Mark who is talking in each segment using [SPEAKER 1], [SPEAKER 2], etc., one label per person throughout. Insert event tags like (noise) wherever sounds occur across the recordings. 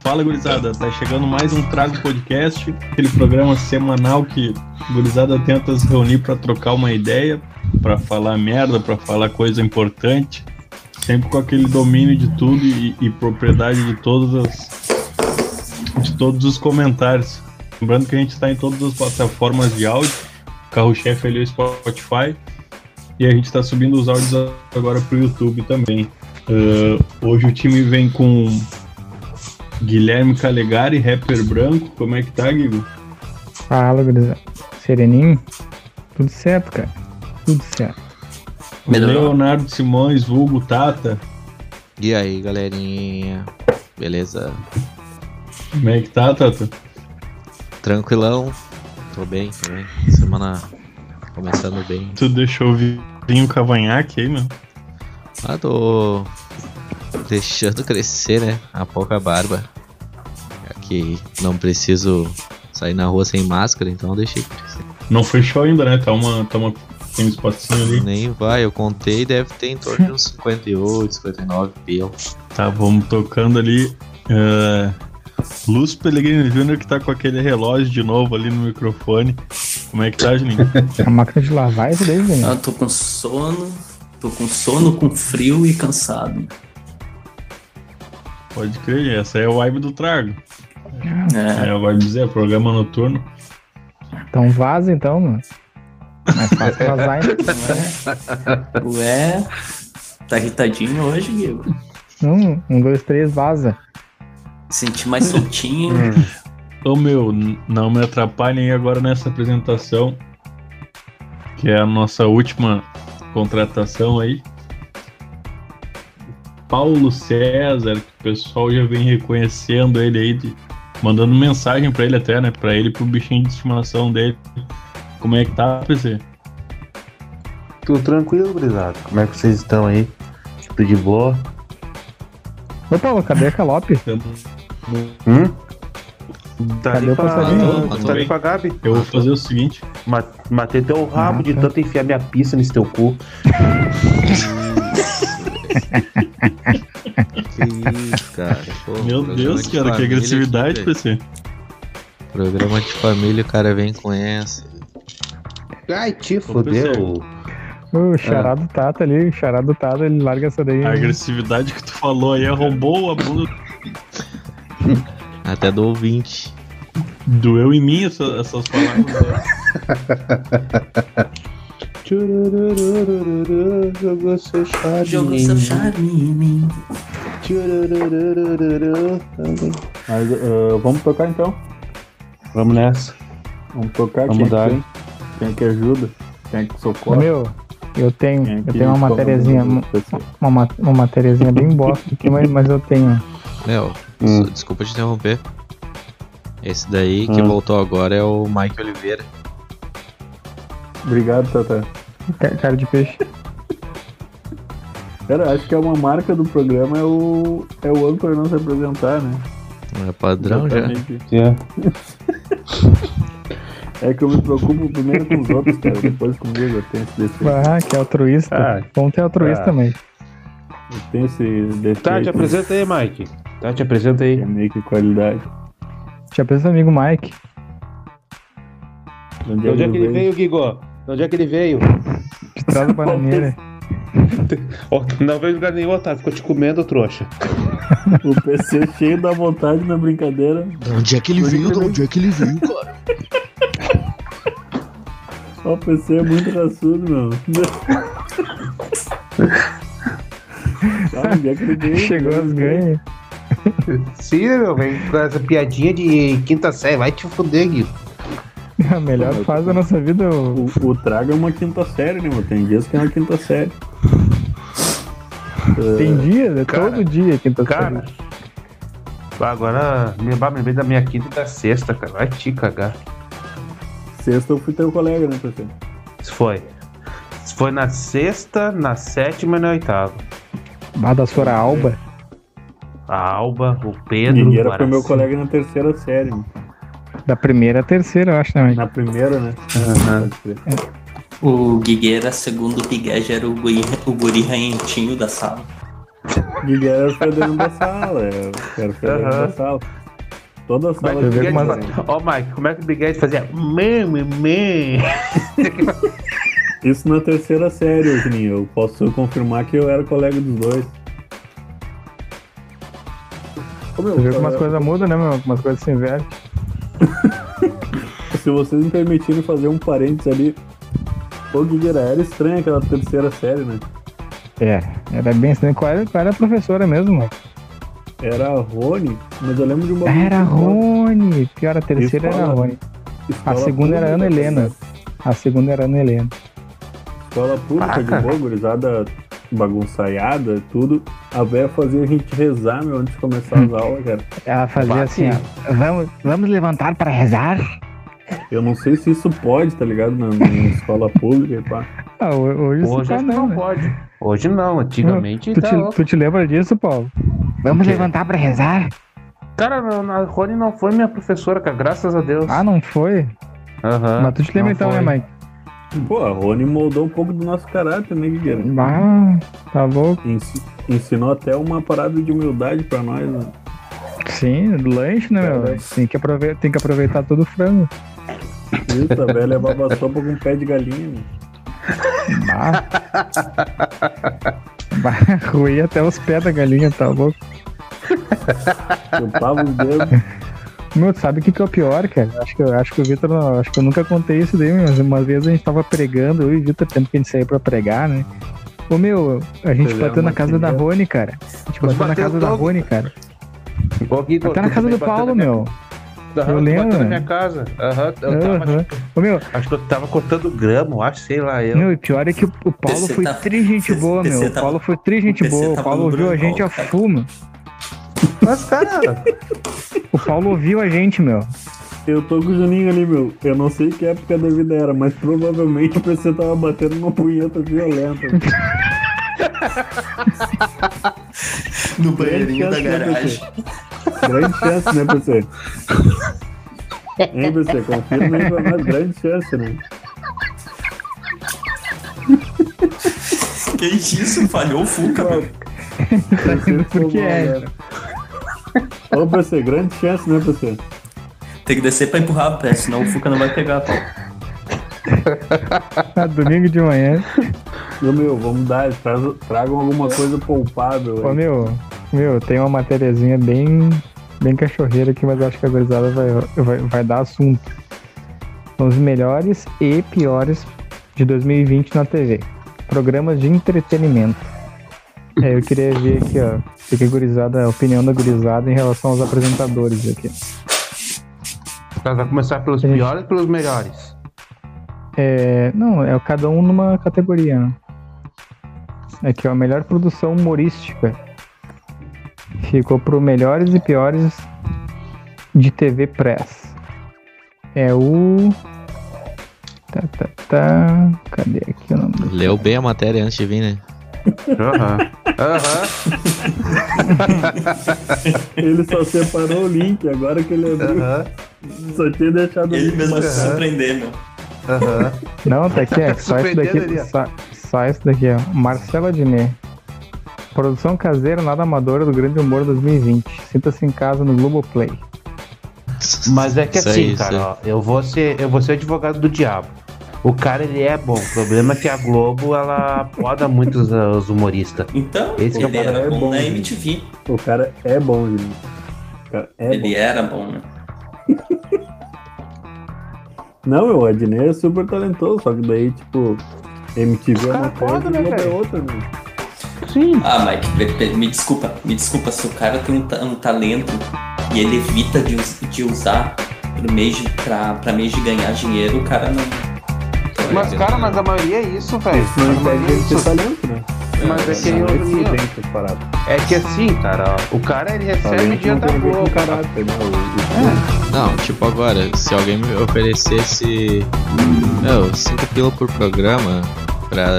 [SPEAKER 1] Fala, gurizada. Tá chegando mais um Trago Podcast, aquele programa semanal que a gurizada tenta se reunir pra trocar uma ideia, pra falar merda, pra falar coisa importante, sempre com aquele domínio de tudo e, e propriedade de todas as- de todos os comentários. Lembrando que a gente tá em todas as plataformas de áudio, o carro-chefe ali é o Spotify, e a gente tá subindo os áudios agora pro YouTube também. Ah, hoje o time vem com Guilherme Calegari, rapper branco. Como é que tá, Guigo?
[SPEAKER 2] Fala, gurizada. Sereninho? Tudo certo, cara. Tudo certo.
[SPEAKER 1] O
[SPEAKER 3] Melhorou.
[SPEAKER 1] Leonardo Simões, vulgo Tata.
[SPEAKER 3] E aí, galerinha? Beleza?
[SPEAKER 1] Como é que tá, Tata?
[SPEAKER 3] Tranquilão? Tô bem, tô bem. Semana começando bem.
[SPEAKER 1] Tu deixou vir o cavanhaque aí, meu?
[SPEAKER 3] Ah, tô deixando crescer, né? A pouca barba. Aqui não preciso sair na rua sem máscara, então eu deixei crescer.
[SPEAKER 1] Não fechou ainda, né? Tá uma, tá uma, tem um espacinho ali.
[SPEAKER 3] Nem vai, eu contei, deve ter em torno de uns 58, 59 pelo.
[SPEAKER 1] Tá, vamos tocando ali. É... Lúcio Pellegrino Júnior que tá com aquele relógio de novo ali no microfone. Como é que tá, (laughs) Juninho?
[SPEAKER 2] A máquina de lavar é isso daí, velho.
[SPEAKER 4] Ah, tô com sono, tô com sono, com frio e cansado.
[SPEAKER 1] Pode crer, essa é o vibe do trago.
[SPEAKER 4] É,
[SPEAKER 1] É, eu vou dizer, programa noturno.
[SPEAKER 2] Então vaza, então, mano. Mais fácil vazar, hein?
[SPEAKER 4] É. ué, tá irritadinho hoje, Diego.
[SPEAKER 2] Um, um, dois, três, vaza.
[SPEAKER 4] Senti mais soltinho.
[SPEAKER 1] Ô meu, n- não me atrapalhem aí agora nessa apresentação, que é a nossa última contratação aí. Paulo César, que o pessoal já vem reconhecendo ele aí, de- mandando mensagem pra ele até, né? Pra ele e pro bichinho de estimação dele. Como é que tá, PC?
[SPEAKER 5] Tudo tranquilo, gurizada? Como é que vocês estão aí? Tudo de boa?
[SPEAKER 2] Ô, Paulo, cadê a Calope?
[SPEAKER 1] Tamo-
[SPEAKER 5] Hum? Tá
[SPEAKER 2] Cadê
[SPEAKER 5] ali
[SPEAKER 2] o
[SPEAKER 5] com
[SPEAKER 2] passarinho?
[SPEAKER 3] Tá
[SPEAKER 5] a... Tá
[SPEAKER 1] bem.
[SPEAKER 5] ali com a Gabi?
[SPEAKER 1] Eu vou fazer o seguinte,
[SPEAKER 5] Ma- Matei teu rabo
[SPEAKER 2] Ah,
[SPEAKER 5] de
[SPEAKER 2] tá.
[SPEAKER 5] tanto enfiar minha pista nesse teu cu.
[SPEAKER 3] Que isso, cara. Pô,
[SPEAKER 1] meu
[SPEAKER 3] programa
[SPEAKER 1] Deus, cara,
[SPEAKER 3] de
[SPEAKER 1] que
[SPEAKER 3] é tá? família
[SPEAKER 1] agressividade,
[SPEAKER 3] aqui,
[SPEAKER 1] PC.
[SPEAKER 3] velho. Programa de família, o cara vem com essa.
[SPEAKER 5] Ai, te
[SPEAKER 1] fodeu.
[SPEAKER 5] fodeu.
[SPEAKER 2] O charado
[SPEAKER 6] É.
[SPEAKER 2] Tata ali, o charado Tata, ele larga essa daí.
[SPEAKER 1] A agressividade que tu falou aí arrombou a bunda
[SPEAKER 3] Até do ouvinte.
[SPEAKER 1] Doeu em mim essa- essas palavras.
[SPEAKER 5] Tchururururururu, Jogou seu charme.
[SPEAKER 4] Jogou seu charme em mim.
[SPEAKER 5] Tchururururururu.
[SPEAKER 6] Mas eh, vamos tocar então.
[SPEAKER 5] Vamos nessa.
[SPEAKER 6] Vamos tocar.
[SPEAKER 5] Vamos
[SPEAKER 6] quem,
[SPEAKER 5] dar.
[SPEAKER 6] Quem, quem que ajuda? Quem que
[SPEAKER 2] Ô,
[SPEAKER 6] socorre?
[SPEAKER 2] Meu, eu tenho,
[SPEAKER 6] Quem que
[SPEAKER 2] eu tenho uma
[SPEAKER 6] cobra
[SPEAKER 2] matériazinha,
[SPEAKER 6] do-
[SPEAKER 2] uma,
[SPEAKER 6] do pessoal?
[SPEAKER 2] ma- uma matériazinha bem bosta aqui, mas, mas eu tenho.
[SPEAKER 3] Léo,
[SPEAKER 5] Hum.
[SPEAKER 3] só- desculpa te interromper. Esse daí que
[SPEAKER 5] Hum.
[SPEAKER 3] voltou agora é o Mike Oliveira.
[SPEAKER 6] Obrigado, Tata.
[SPEAKER 2] Ca- Cara de peixe.
[SPEAKER 6] Cara, acho que é uma marca do programa é o, é o âncora não se apresentar, né?
[SPEAKER 3] Não é padrão já?
[SPEAKER 6] Exatamente.
[SPEAKER 5] Yeah.
[SPEAKER 6] É que eu me preocupo primeiro com os outros, cara, depois comigo. Eu tenho esse defeito.
[SPEAKER 2] Ah, que altruísta.
[SPEAKER 5] Ah,
[SPEAKER 2] Bom ter altruísta
[SPEAKER 5] ah.
[SPEAKER 6] tá.
[SPEAKER 2] também.
[SPEAKER 6] Eu tenho esse defeito.
[SPEAKER 5] Tá, te apresenta aí, Mike. Tá, te apresenta aí.
[SPEAKER 6] É meio que qualidade.
[SPEAKER 2] Já pensa amigo Mike.
[SPEAKER 6] De
[SPEAKER 5] De onde é que ele veio, Guigo? De onde é que ele veio?
[SPEAKER 2] De trás da
[SPEAKER 6] é
[SPEAKER 2] bananeira.
[SPEAKER 5] Ó, não veio em lugar nenhum, Otávio. Ficou te comendo, trouxa.
[SPEAKER 6] O PC cheio da vontade na brincadeira.
[SPEAKER 3] onde é que ele
[SPEAKER 6] veio? De onde
[SPEAKER 3] é que ele veio, cara?
[SPEAKER 6] Ó, O PC é muito raçudo,
[SPEAKER 2] (laughs)
[SPEAKER 6] meu. Ah, onde é que ele veio?
[SPEAKER 2] Chegou as ganhas.
[SPEAKER 5] Sim, meu, vem com essa piadinha de quinta série, vai te fuder, Gui.
[SPEAKER 2] (laughs) A melhor
[SPEAKER 5] é
[SPEAKER 2] fase da nossa vida. o-
[SPEAKER 6] O, o trago é uma quinta série, né, mano? Tem dias que é uma quinta série.
[SPEAKER 2] Tem dias, é
[SPEAKER 5] cara,
[SPEAKER 2] todo dia quinta
[SPEAKER 5] Cara,
[SPEAKER 2] série.
[SPEAKER 5] agora me bah, me lembrei da minha quinta e da sexta, cara. Vai te cagar.
[SPEAKER 6] Sexta eu fui teu colega, né, PC?
[SPEAKER 5] Isso foi. Isso foi na sexta, na sétima e na oitava.
[SPEAKER 2] Bar da Sora Alba.
[SPEAKER 5] A Alba, o Pedro, o
[SPEAKER 6] Ninguém foi meu
[SPEAKER 5] Guaraci.
[SPEAKER 6] colega na terceira série,
[SPEAKER 1] né?
[SPEAKER 6] mano.
[SPEAKER 2] Da primeira à terceira, eu acho também.
[SPEAKER 6] Na primeira, né?
[SPEAKER 5] Aham.
[SPEAKER 6] Pode crer.
[SPEAKER 4] O Guigueira, segundo o Piguete, era o guri, o guri ranhentinho da sala.
[SPEAKER 1] Miguel era o Ferdinando da sala. é, Era o Ferdinando
[SPEAKER 5] Aham.
[SPEAKER 1] da sala. Toda a sala
[SPEAKER 2] Mas tu vê
[SPEAKER 1] tinha
[SPEAKER 2] como-
[SPEAKER 1] desenho.
[SPEAKER 5] Ó, Mike, como é que o Big Ed fazia? Mãe, mãe.
[SPEAKER 1] Isso na terceira série, Juninho. Eu posso confirmar que eu era colega dos dois. Ô, meu,
[SPEAKER 2] Tu vê como as
[SPEAKER 1] eh,
[SPEAKER 2] coisas mudam, né, meu? Como as coisas se invertem.
[SPEAKER 1] é, Se vocês me permitirem fazer um parênteses ali. Ô, Guilherme, era estranha aquela terceira série, né?
[SPEAKER 2] É, era bem estranho. Qual era, qual era a professora mesmo, mano?
[SPEAKER 1] Era a Rony, mas eu lembro de uma.
[SPEAKER 2] Era a Rony. Pior, a terceira era a
[SPEAKER 1] Escola.
[SPEAKER 2] Rony. A
[SPEAKER 1] Escola
[SPEAKER 2] segunda era a Ana
[SPEAKER 5] tá
[SPEAKER 1] pública,
[SPEAKER 2] Helena. A segunda era a Ana Helena.
[SPEAKER 1] Escola pública de boa, gurizada bagunçaiada, tudo. A véia fazia a gente rezar, meu, antes de começar as aulas, cara.
[SPEAKER 2] Ela fazia
[SPEAKER 5] Bah,
[SPEAKER 2] assim, ó, vamos, vamos levantar para rezar?
[SPEAKER 1] Eu não sei se isso pode, tá ligado? Na, (laughs) na escola pública e pá.
[SPEAKER 2] Ah, ho- hoje, isso
[SPEAKER 5] Hoje
[SPEAKER 2] tá
[SPEAKER 5] acho que
[SPEAKER 2] não,
[SPEAKER 5] não
[SPEAKER 2] né?
[SPEAKER 5] pode. Hoje não, antigamente
[SPEAKER 2] Hum, Tu
[SPEAKER 5] tá
[SPEAKER 2] te,
[SPEAKER 5] louco.
[SPEAKER 2] tu te lembra disso, Paulo? Vamos
[SPEAKER 5] quê?
[SPEAKER 2] levantar para rezar?
[SPEAKER 5] Cara, não- a Rony não foi minha professora, cara, graças a Deus.
[SPEAKER 2] Ah, não foi?
[SPEAKER 5] Aham,
[SPEAKER 2] Mas tu te lembra
[SPEAKER 5] Ah, não
[SPEAKER 2] então,
[SPEAKER 5] foi.
[SPEAKER 2] né, Mike?
[SPEAKER 1] Pô, a Rony moldou um pouco do nosso caráter, né, Guilherme?
[SPEAKER 2] Ah, tá louco.
[SPEAKER 1] Ensi- Ensinou até uma parada de humildade pra nós, né?
[SPEAKER 2] Sim, lanche,
[SPEAKER 5] É
[SPEAKER 2] né, meu?
[SPEAKER 1] Caraca.
[SPEAKER 2] Tem que, aproveitar, tem que aproveitar todo o frango.
[SPEAKER 1] Isso, a velha baba sopa com pé de galinha, né?
[SPEAKER 5] (laughs)
[SPEAKER 2] Bah. Bah, Ruí até os pés da galinha, tá louco.
[SPEAKER 1] Eu tava os dedos.
[SPEAKER 2] Meu, tu sabe o que, que é o pior, cara? Acho que, eu- acho que o Vitor, não- acho que eu nunca contei isso daí, mas uma vez a gente tava pregando, eu e o Vitor, tempo que a gente saiu pra pregar, né? Ô meu, a gente
[SPEAKER 1] Pegar
[SPEAKER 2] bateu na
[SPEAKER 1] uma
[SPEAKER 2] casa da
[SPEAKER 1] pinga.
[SPEAKER 2] Rony, cara. A gente bateu na
[SPEAKER 5] bateu
[SPEAKER 2] casa da
[SPEAKER 5] todo.
[SPEAKER 2] Rony, cara.
[SPEAKER 5] Ô, Guido,
[SPEAKER 2] Até
[SPEAKER 5] tu
[SPEAKER 2] Tá na casa
[SPEAKER 5] também
[SPEAKER 2] do
[SPEAKER 5] bateu
[SPEAKER 2] Paulo,
[SPEAKER 5] na minha- tá,
[SPEAKER 2] meu.
[SPEAKER 5] Aham,
[SPEAKER 2] Eu
[SPEAKER 5] tu bateu
[SPEAKER 1] né?
[SPEAKER 2] lembro.
[SPEAKER 5] na minha casa. Aham, eu tava,
[SPEAKER 2] Aham. Ô meu,
[SPEAKER 5] acho que eu tava cortando grama, eu acho, sei lá, eu.
[SPEAKER 2] meu, e pior é que o o Paulo
[SPEAKER 4] PC
[SPEAKER 2] foi
[SPEAKER 4] tá-
[SPEAKER 2] tri gente
[SPEAKER 4] PC
[SPEAKER 2] boa, meu. O
[SPEAKER 4] tá-
[SPEAKER 2] Paulo foi tri gente
[SPEAKER 4] PC
[SPEAKER 2] boa. O
[SPEAKER 4] tava
[SPEAKER 2] Paulo
[SPEAKER 4] no
[SPEAKER 2] ouviu a
[SPEAKER 4] branco,
[SPEAKER 2] gente a
[SPEAKER 4] cara.
[SPEAKER 2] fumo.
[SPEAKER 5] Mas, (laughs) cara,
[SPEAKER 2] O Paulo ouviu a gente, meu. (laughs)
[SPEAKER 1] Eu tô com o Juninho ali, meu. Eu não sei que época da vida era, mas provavelmente o PC tava batendo uma punheta violenta.
[SPEAKER 4] Um No banheirinho da
[SPEAKER 1] Grande chance, né,
[SPEAKER 4] garagem.
[SPEAKER 1] PC? Grande chance, né, PC? Hein, PC? Confirma aí pra nós. Grande chance, né?
[SPEAKER 4] Que isso? Falhou o Fuca, meu.
[SPEAKER 1] PC
[SPEAKER 2] (laughs) Por que
[SPEAKER 1] tomou,
[SPEAKER 2] é?
[SPEAKER 1] né? Ô, PC, grande chance, né, PC?
[SPEAKER 4] Tem que descer pra empurrar a pé, senão o Fuca não vai pegar, pô.
[SPEAKER 2] Ah, domingo de manhã.
[SPEAKER 1] Ô, meu, vamos dar. traz- Tragam alguma coisa poupável.
[SPEAKER 2] Ô,
[SPEAKER 1] aí.
[SPEAKER 2] meu, meu, tem uma matériazinha bem, bem cachorreira aqui, mas eu acho que a gurizada vai, vai, vai dar assunto. São os melhores e piores de 2020 na TV. Programas de entretenimento. É, eu queria ver aqui, ó, o que que a gurizada, a opinião da gurizada em relação aos apresentadores aqui.
[SPEAKER 5] nós vamos Tá, começar pelos
[SPEAKER 2] Gente.
[SPEAKER 5] piores e pelos melhores.
[SPEAKER 2] É, não, é cada um numa categoria. né? É Aqui, ó, melhor produção humorística. Ficou pro melhores e piores de TV Press. É o. Tá, tá, tá. Cadê aqui o nome? do-
[SPEAKER 3] Leu bem a matéria antes de vir, né?
[SPEAKER 5] Aham. Aham.
[SPEAKER 1] Ele só separou o link, agora que ele abriu,
[SPEAKER 5] Aham.
[SPEAKER 1] só tinha deixado o
[SPEAKER 4] Ele
[SPEAKER 1] link.
[SPEAKER 4] mesmo vai se
[SPEAKER 5] Aham.
[SPEAKER 4] surpreender, meu.
[SPEAKER 5] Aham.
[SPEAKER 2] Não, tá aqui, é só isso daqui.
[SPEAKER 5] Surpreendendo ali,
[SPEAKER 2] Só, só isso daqui, ó. Marcela Diné. Produção caseira, nada amadora do Grande Humor 2020. Sinta-se em casa no Globoplay.
[SPEAKER 5] Mas é que
[SPEAKER 3] Isso aí,
[SPEAKER 5] assim,
[SPEAKER 3] isso
[SPEAKER 5] cara,
[SPEAKER 3] aí.
[SPEAKER 5] ó, eu vou ser, eu vou ser advogado do diabo. O cara ele é bom, o problema é que a Globo ela poda muito os, os humoristas.
[SPEAKER 4] Então,
[SPEAKER 5] Esse
[SPEAKER 4] ele
[SPEAKER 1] camarada
[SPEAKER 4] era
[SPEAKER 1] é
[SPEAKER 4] bom,
[SPEAKER 1] bom,
[SPEAKER 4] na
[SPEAKER 1] gente.
[SPEAKER 4] MTV.
[SPEAKER 1] O cara é bom, Juninho. O cara é bom.
[SPEAKER 4] Ele era bom, né?
[SPEAKER 1] Não, meu, o Adnei é super talentoso, só que daí, tipo, MTV é uma
[SPEAKER 5] Cara, foda,
[SPEAKER 1] coisa
[SPEAKER 5] né,
[SPEAKER 1] e Globo é
[SPEAKER 5] velho?
[SPEAKER 1] outra, né?
[SPEAKER 5] Sim.
[SPEAKER 4] Ah, Mike, pe- pe- me desculpa, me desculpa, se o cara tem um, ta- um talento e ele evita de, us- de usar pro mês de, pra, pra mês de ganhar dinheiro, o cara não.
[SPEAKER 5] Mas cara, mas a maioria é isso, velho.
[SPEAKER 1] Isso não
[SPEAKER 5] A
[SPEAKER 1] impede
[SPEAKER 5] maioria é
[SPEAKER 1] ele ter
[SPEAKER 5] isso.
[SPEAKER 1] talento, né?
[SPEAKER 5] Mas é que
[SPEAKER 1] Não,
[SPEAKER 5] eu-
[SPEAKER 1] eles se bem separado.
[SPEAKER 5] É que assim, cara, ó, o cara ele recebe
[SPEAKER 1] Talento não
[SPEAKER 5] dinheiro é da
[SPEAKER 1] tem a ver com
[SPEAKER 5] Globo.
[SPEAKER 1] caráter, né? O-
[SPEAKER 3] Não, tipo agora, se alguém me oferecesse. Meu, 5 pila por programa pra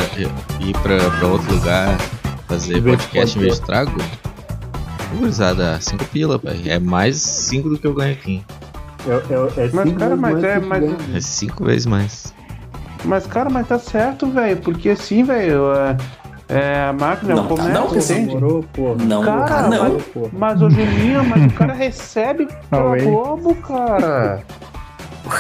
[SPEAKER 3] ir pra, pra outro lugar fazer
[SPEAKER 1] Ver
[SPEAKER 3] podcast em
[SPEAKER 5] é.
[SPEAKER 3] vez de trago. Gurizada, 5 pila, pai. É mais 5 do que eu ganho aqui.
[SPEAKER 1] o- É, é, é
[SPEAKER 5] Mas, cara,
[SPEAKER 1] simples,
[SPEAKER 5] mas é,
[SPEAKER 1] tudo bem.
[SPEAKER 5] mas,
[SPEAKER 3] É 5 vezes mais.
[SPEAKER 5] mas, cara, mas tá certo, velho. Porque assim, velho, é, É a máquina, é
[SPEAKER 4] Não,
[SPEAKER 5] o
[SPEAKER 4] tá,
[SPEAKER 5] comércio,
[SPEAKER 4] não,
[SPEAKER 5] entende?
[SPEAKER 1] Demorou, porra.
[SPEAKER 4] Não,
[SPEAKER 5] Cara,
[SPEAKER 4] cara, não.
[SPEAKER 1] Demorou, porra.
[SPEAKER 5] Mas ô Juninho, mas o cara
[SPEAKER 1] (laughs)
[SPEAKER 5] recebe pela
[SPEAKER 2] Auei.
[SPEAKER 5] Globo,
[SPEAKER 4] (laughs)
[SPEAKER 5] cara.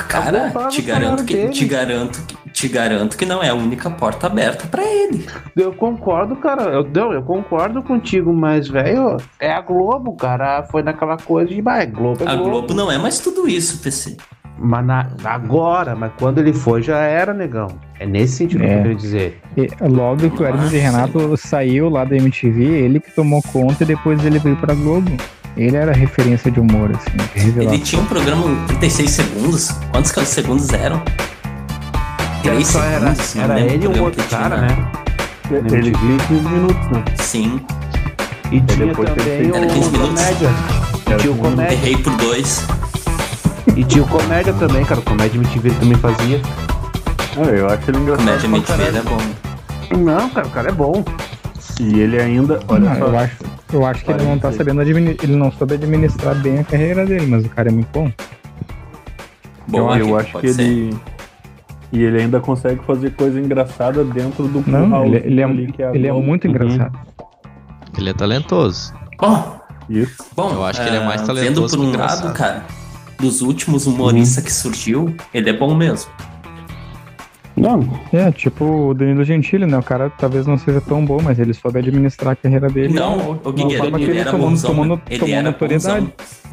[SPEAKER 4] Cara,
[SPEAKER 5] Tá bom,
[SPEAKER 4] te
[SPEAKER 5] fala o
[SPEAKER 4] garanto
[SPEAKER 5] salário
[SPEAKER 4] que
[SPEAKER 5] dele.
[SPEAKER 4] te garanto que te garanto que não é a única porta aberta pra ele.
[SPEAKER 5] Eu concordo, cara. Eu, não, eu concordo contigo, mas, velho, é a Globo, cara. Foi naquela coisa de. Bah, é Globo, é
[SPEAKER 4] A
[SPEAKER 5] Globo.
[SPEAKER 4] Globo não é mais tudo isso, PC.
[SPEAKER 5] Mas na- agora, mas quando ele foi, já era, negão. É nesse sentido que
[SPEAKER 2] É.
[SPEAKER 5] eu queria dizer.
[SPEAKER 2] E logo que o Hermes e Renato saiu lá da MTV, ele que tomou conta e depois ele veio pra Globo. Ele era referência de humor, assim, de
[SPEAKER 4] Ele
[SPEAKER 2] revelar.
[SPEAKER 4] tinha um programa em 36 segundos. Quantos que- segundos eram?
[SPEAKER 5] Era,
[SPEAKER 4] Três
[SPEAKER 5] só era,
[SPEAKER 4] segundos, não
[SPEAKER 5] era
[SPEAKER 4] lembro
[SPEAKER 5] ele e um
[SPEAKER 4] programa
[SPEAKER 5] outro
[SPEAKER 4] que né? tinha,
[SPEAKER 5] cara, né?
[SPEAKER 1] Ele
[SPEAKER 5] Ele
[SPEAKER 1] ele tinha 15 minutos, né? É,
[SPEAKER 4] Sim,
[SPEAKER 5] E tinha
[SPEAKER 1] depois teve
[SPEAKER 5] também
[SPEAKER 4] Era 15
[SPEAKER 5] o
[SPEAKER 4] minutos.
[SPEAKER 5] Comédia. E
[SPEAKER 1] Era
[SPEAKER 5] tinha o
[SPEAKER 1] 15 minutos.
[SPEAKER 5] Comédia.
[SPEAKER 4] errei por dois.
[SPEAKER 5] E tinha o Comédia também, cara. O Comédia MTV também fazia.
[SPEAKER 1] Ah, eu acho ele engraçado.
[SPEAKER 4] Comédia
[SPEAKER 1] pra
[SPEAKER 4] Mentira é bom.
[SPEAKER 5] Não, cara, o cara é bom.
[SPEAKER 1] caralho. E ele ainda, olha
[SPEAKER 2] Ah,
[SPEAKER 1] só,
[SPEAKER 2] eu, acho, eu acho que ele não tá
[SPEAKER 1] Parece.
[SPEAKER 2] sabendo administrar. Ele não soube administrar bem a carreira dele, mas o cara é muito bom.
[SPEAKER 4] Bom,
[SPEAKER 1] eu,
[SPEAKER 4] aqui,
[SPEAKER 1] acho
[SPEAKER 4] pode
[SPEAKER 1] que
[SPEAKER 4] ser.
[SPEAKER 1] ele. E ele ainda consegue fazer coisa engraçada dentro do
[SPEAKER 2] Não,
[SPEAKER 1] curral
[SPEAKER 2] ele, ele é,
[SPEAKER 1] ali que a
[SPEAKER 2] ele é
[SPEAKER 1] Globo-
[SPEAKER 2] muito
[SPEAKER 1] Uhum.
[SPEAKER 2] engraçado.
[SPEAKER 3] Ele é talentoso.
[SPEAKER 4] Bom,
[SPEAKER 1] Isso.
[SPEAKER 4] bom,
[SPEAKER 3] Eu acho que ele é mais
[SPEAKER 4] ah, Vendo
[SPEAKER 3] talentoso
[SPEAKER 4] por
[SPEAKER 3] que
[SPEAKER 4] um
[SPEAKER 3] engraçado.
[SPEAKER 4] lado, cara, dos últimos humoristas que surgiu, ele é bom mesmo.
[SPEAKER 1] Não,
[SPEAKER 2] É, tipo o Danilo Gentili, né? O cara talvez não seja tão bom, mas ele soube administrar a carreira dele.
[SPEAKER 4] Não, Então, o
[SPEAKER 2] uma
[SPEAKER 4] Guigueiro,
[SPEAKER 2] forma que
[SPEAKER 4] ele
[SPEAKER 2] ele
[SPEAKER 4] era
[SPEAKER 2] tomou-
[SPEAKER 4] bonzão.
[SPEAKER 2] tomou
[SPEAKER 4] né?
[SPEAKER 2] no-
[SPEAKER 4] Ele
[SPEAKER 2] tomou
[SPEAKER 4] era
[SPEAKER 2] notoriedade.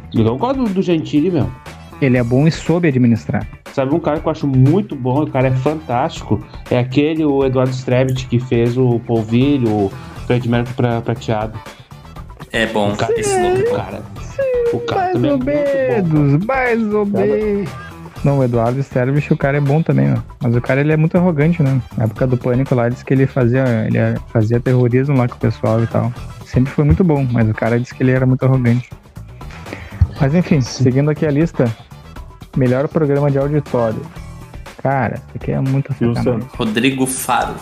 [SPEAKER 4] bonzão.
[SPEAKER 5] Eu gosto do, do Gentili, meu.
[SPEAKER 2] Ele é bom e soube administrar.
[SPEAKER 5] Sabe um cara que eu acho muito bom, o cara é fantástico, é aquele, o Eduardo Strebit, que fez o Polvilho, o Fred Mercury pra, prateado.
[SPEAKER 4] É bom,
[SPEAKER 5] Cara,
[SPEAKER 4] esse louco é
[SPEAKER 5] O
[SPEAKER 4] bom.
[SPEAKER 5] cara, o cara também é muito bom.
[SPEAKER 2] mais ou menos. Não, o Eduardo Sterbich, o cara é bom também, né? Mas o cara, ele é muito arrogante, né? Na época do Pânico lá, disse que ele fazia, ele fazia terrorismo lá com o pessoal e tal. Sempre foi muito bom, mas o cara disse que ele era muito arrogante. Mas enfim, seguindo aqui a lista, melhor programa de auditório. Cara, isso aqui é muito
[SPEAKER 1] Silvio
[SPEAKER 2] sacanagem.
[SPEAKER 4] Rodrigo Faro.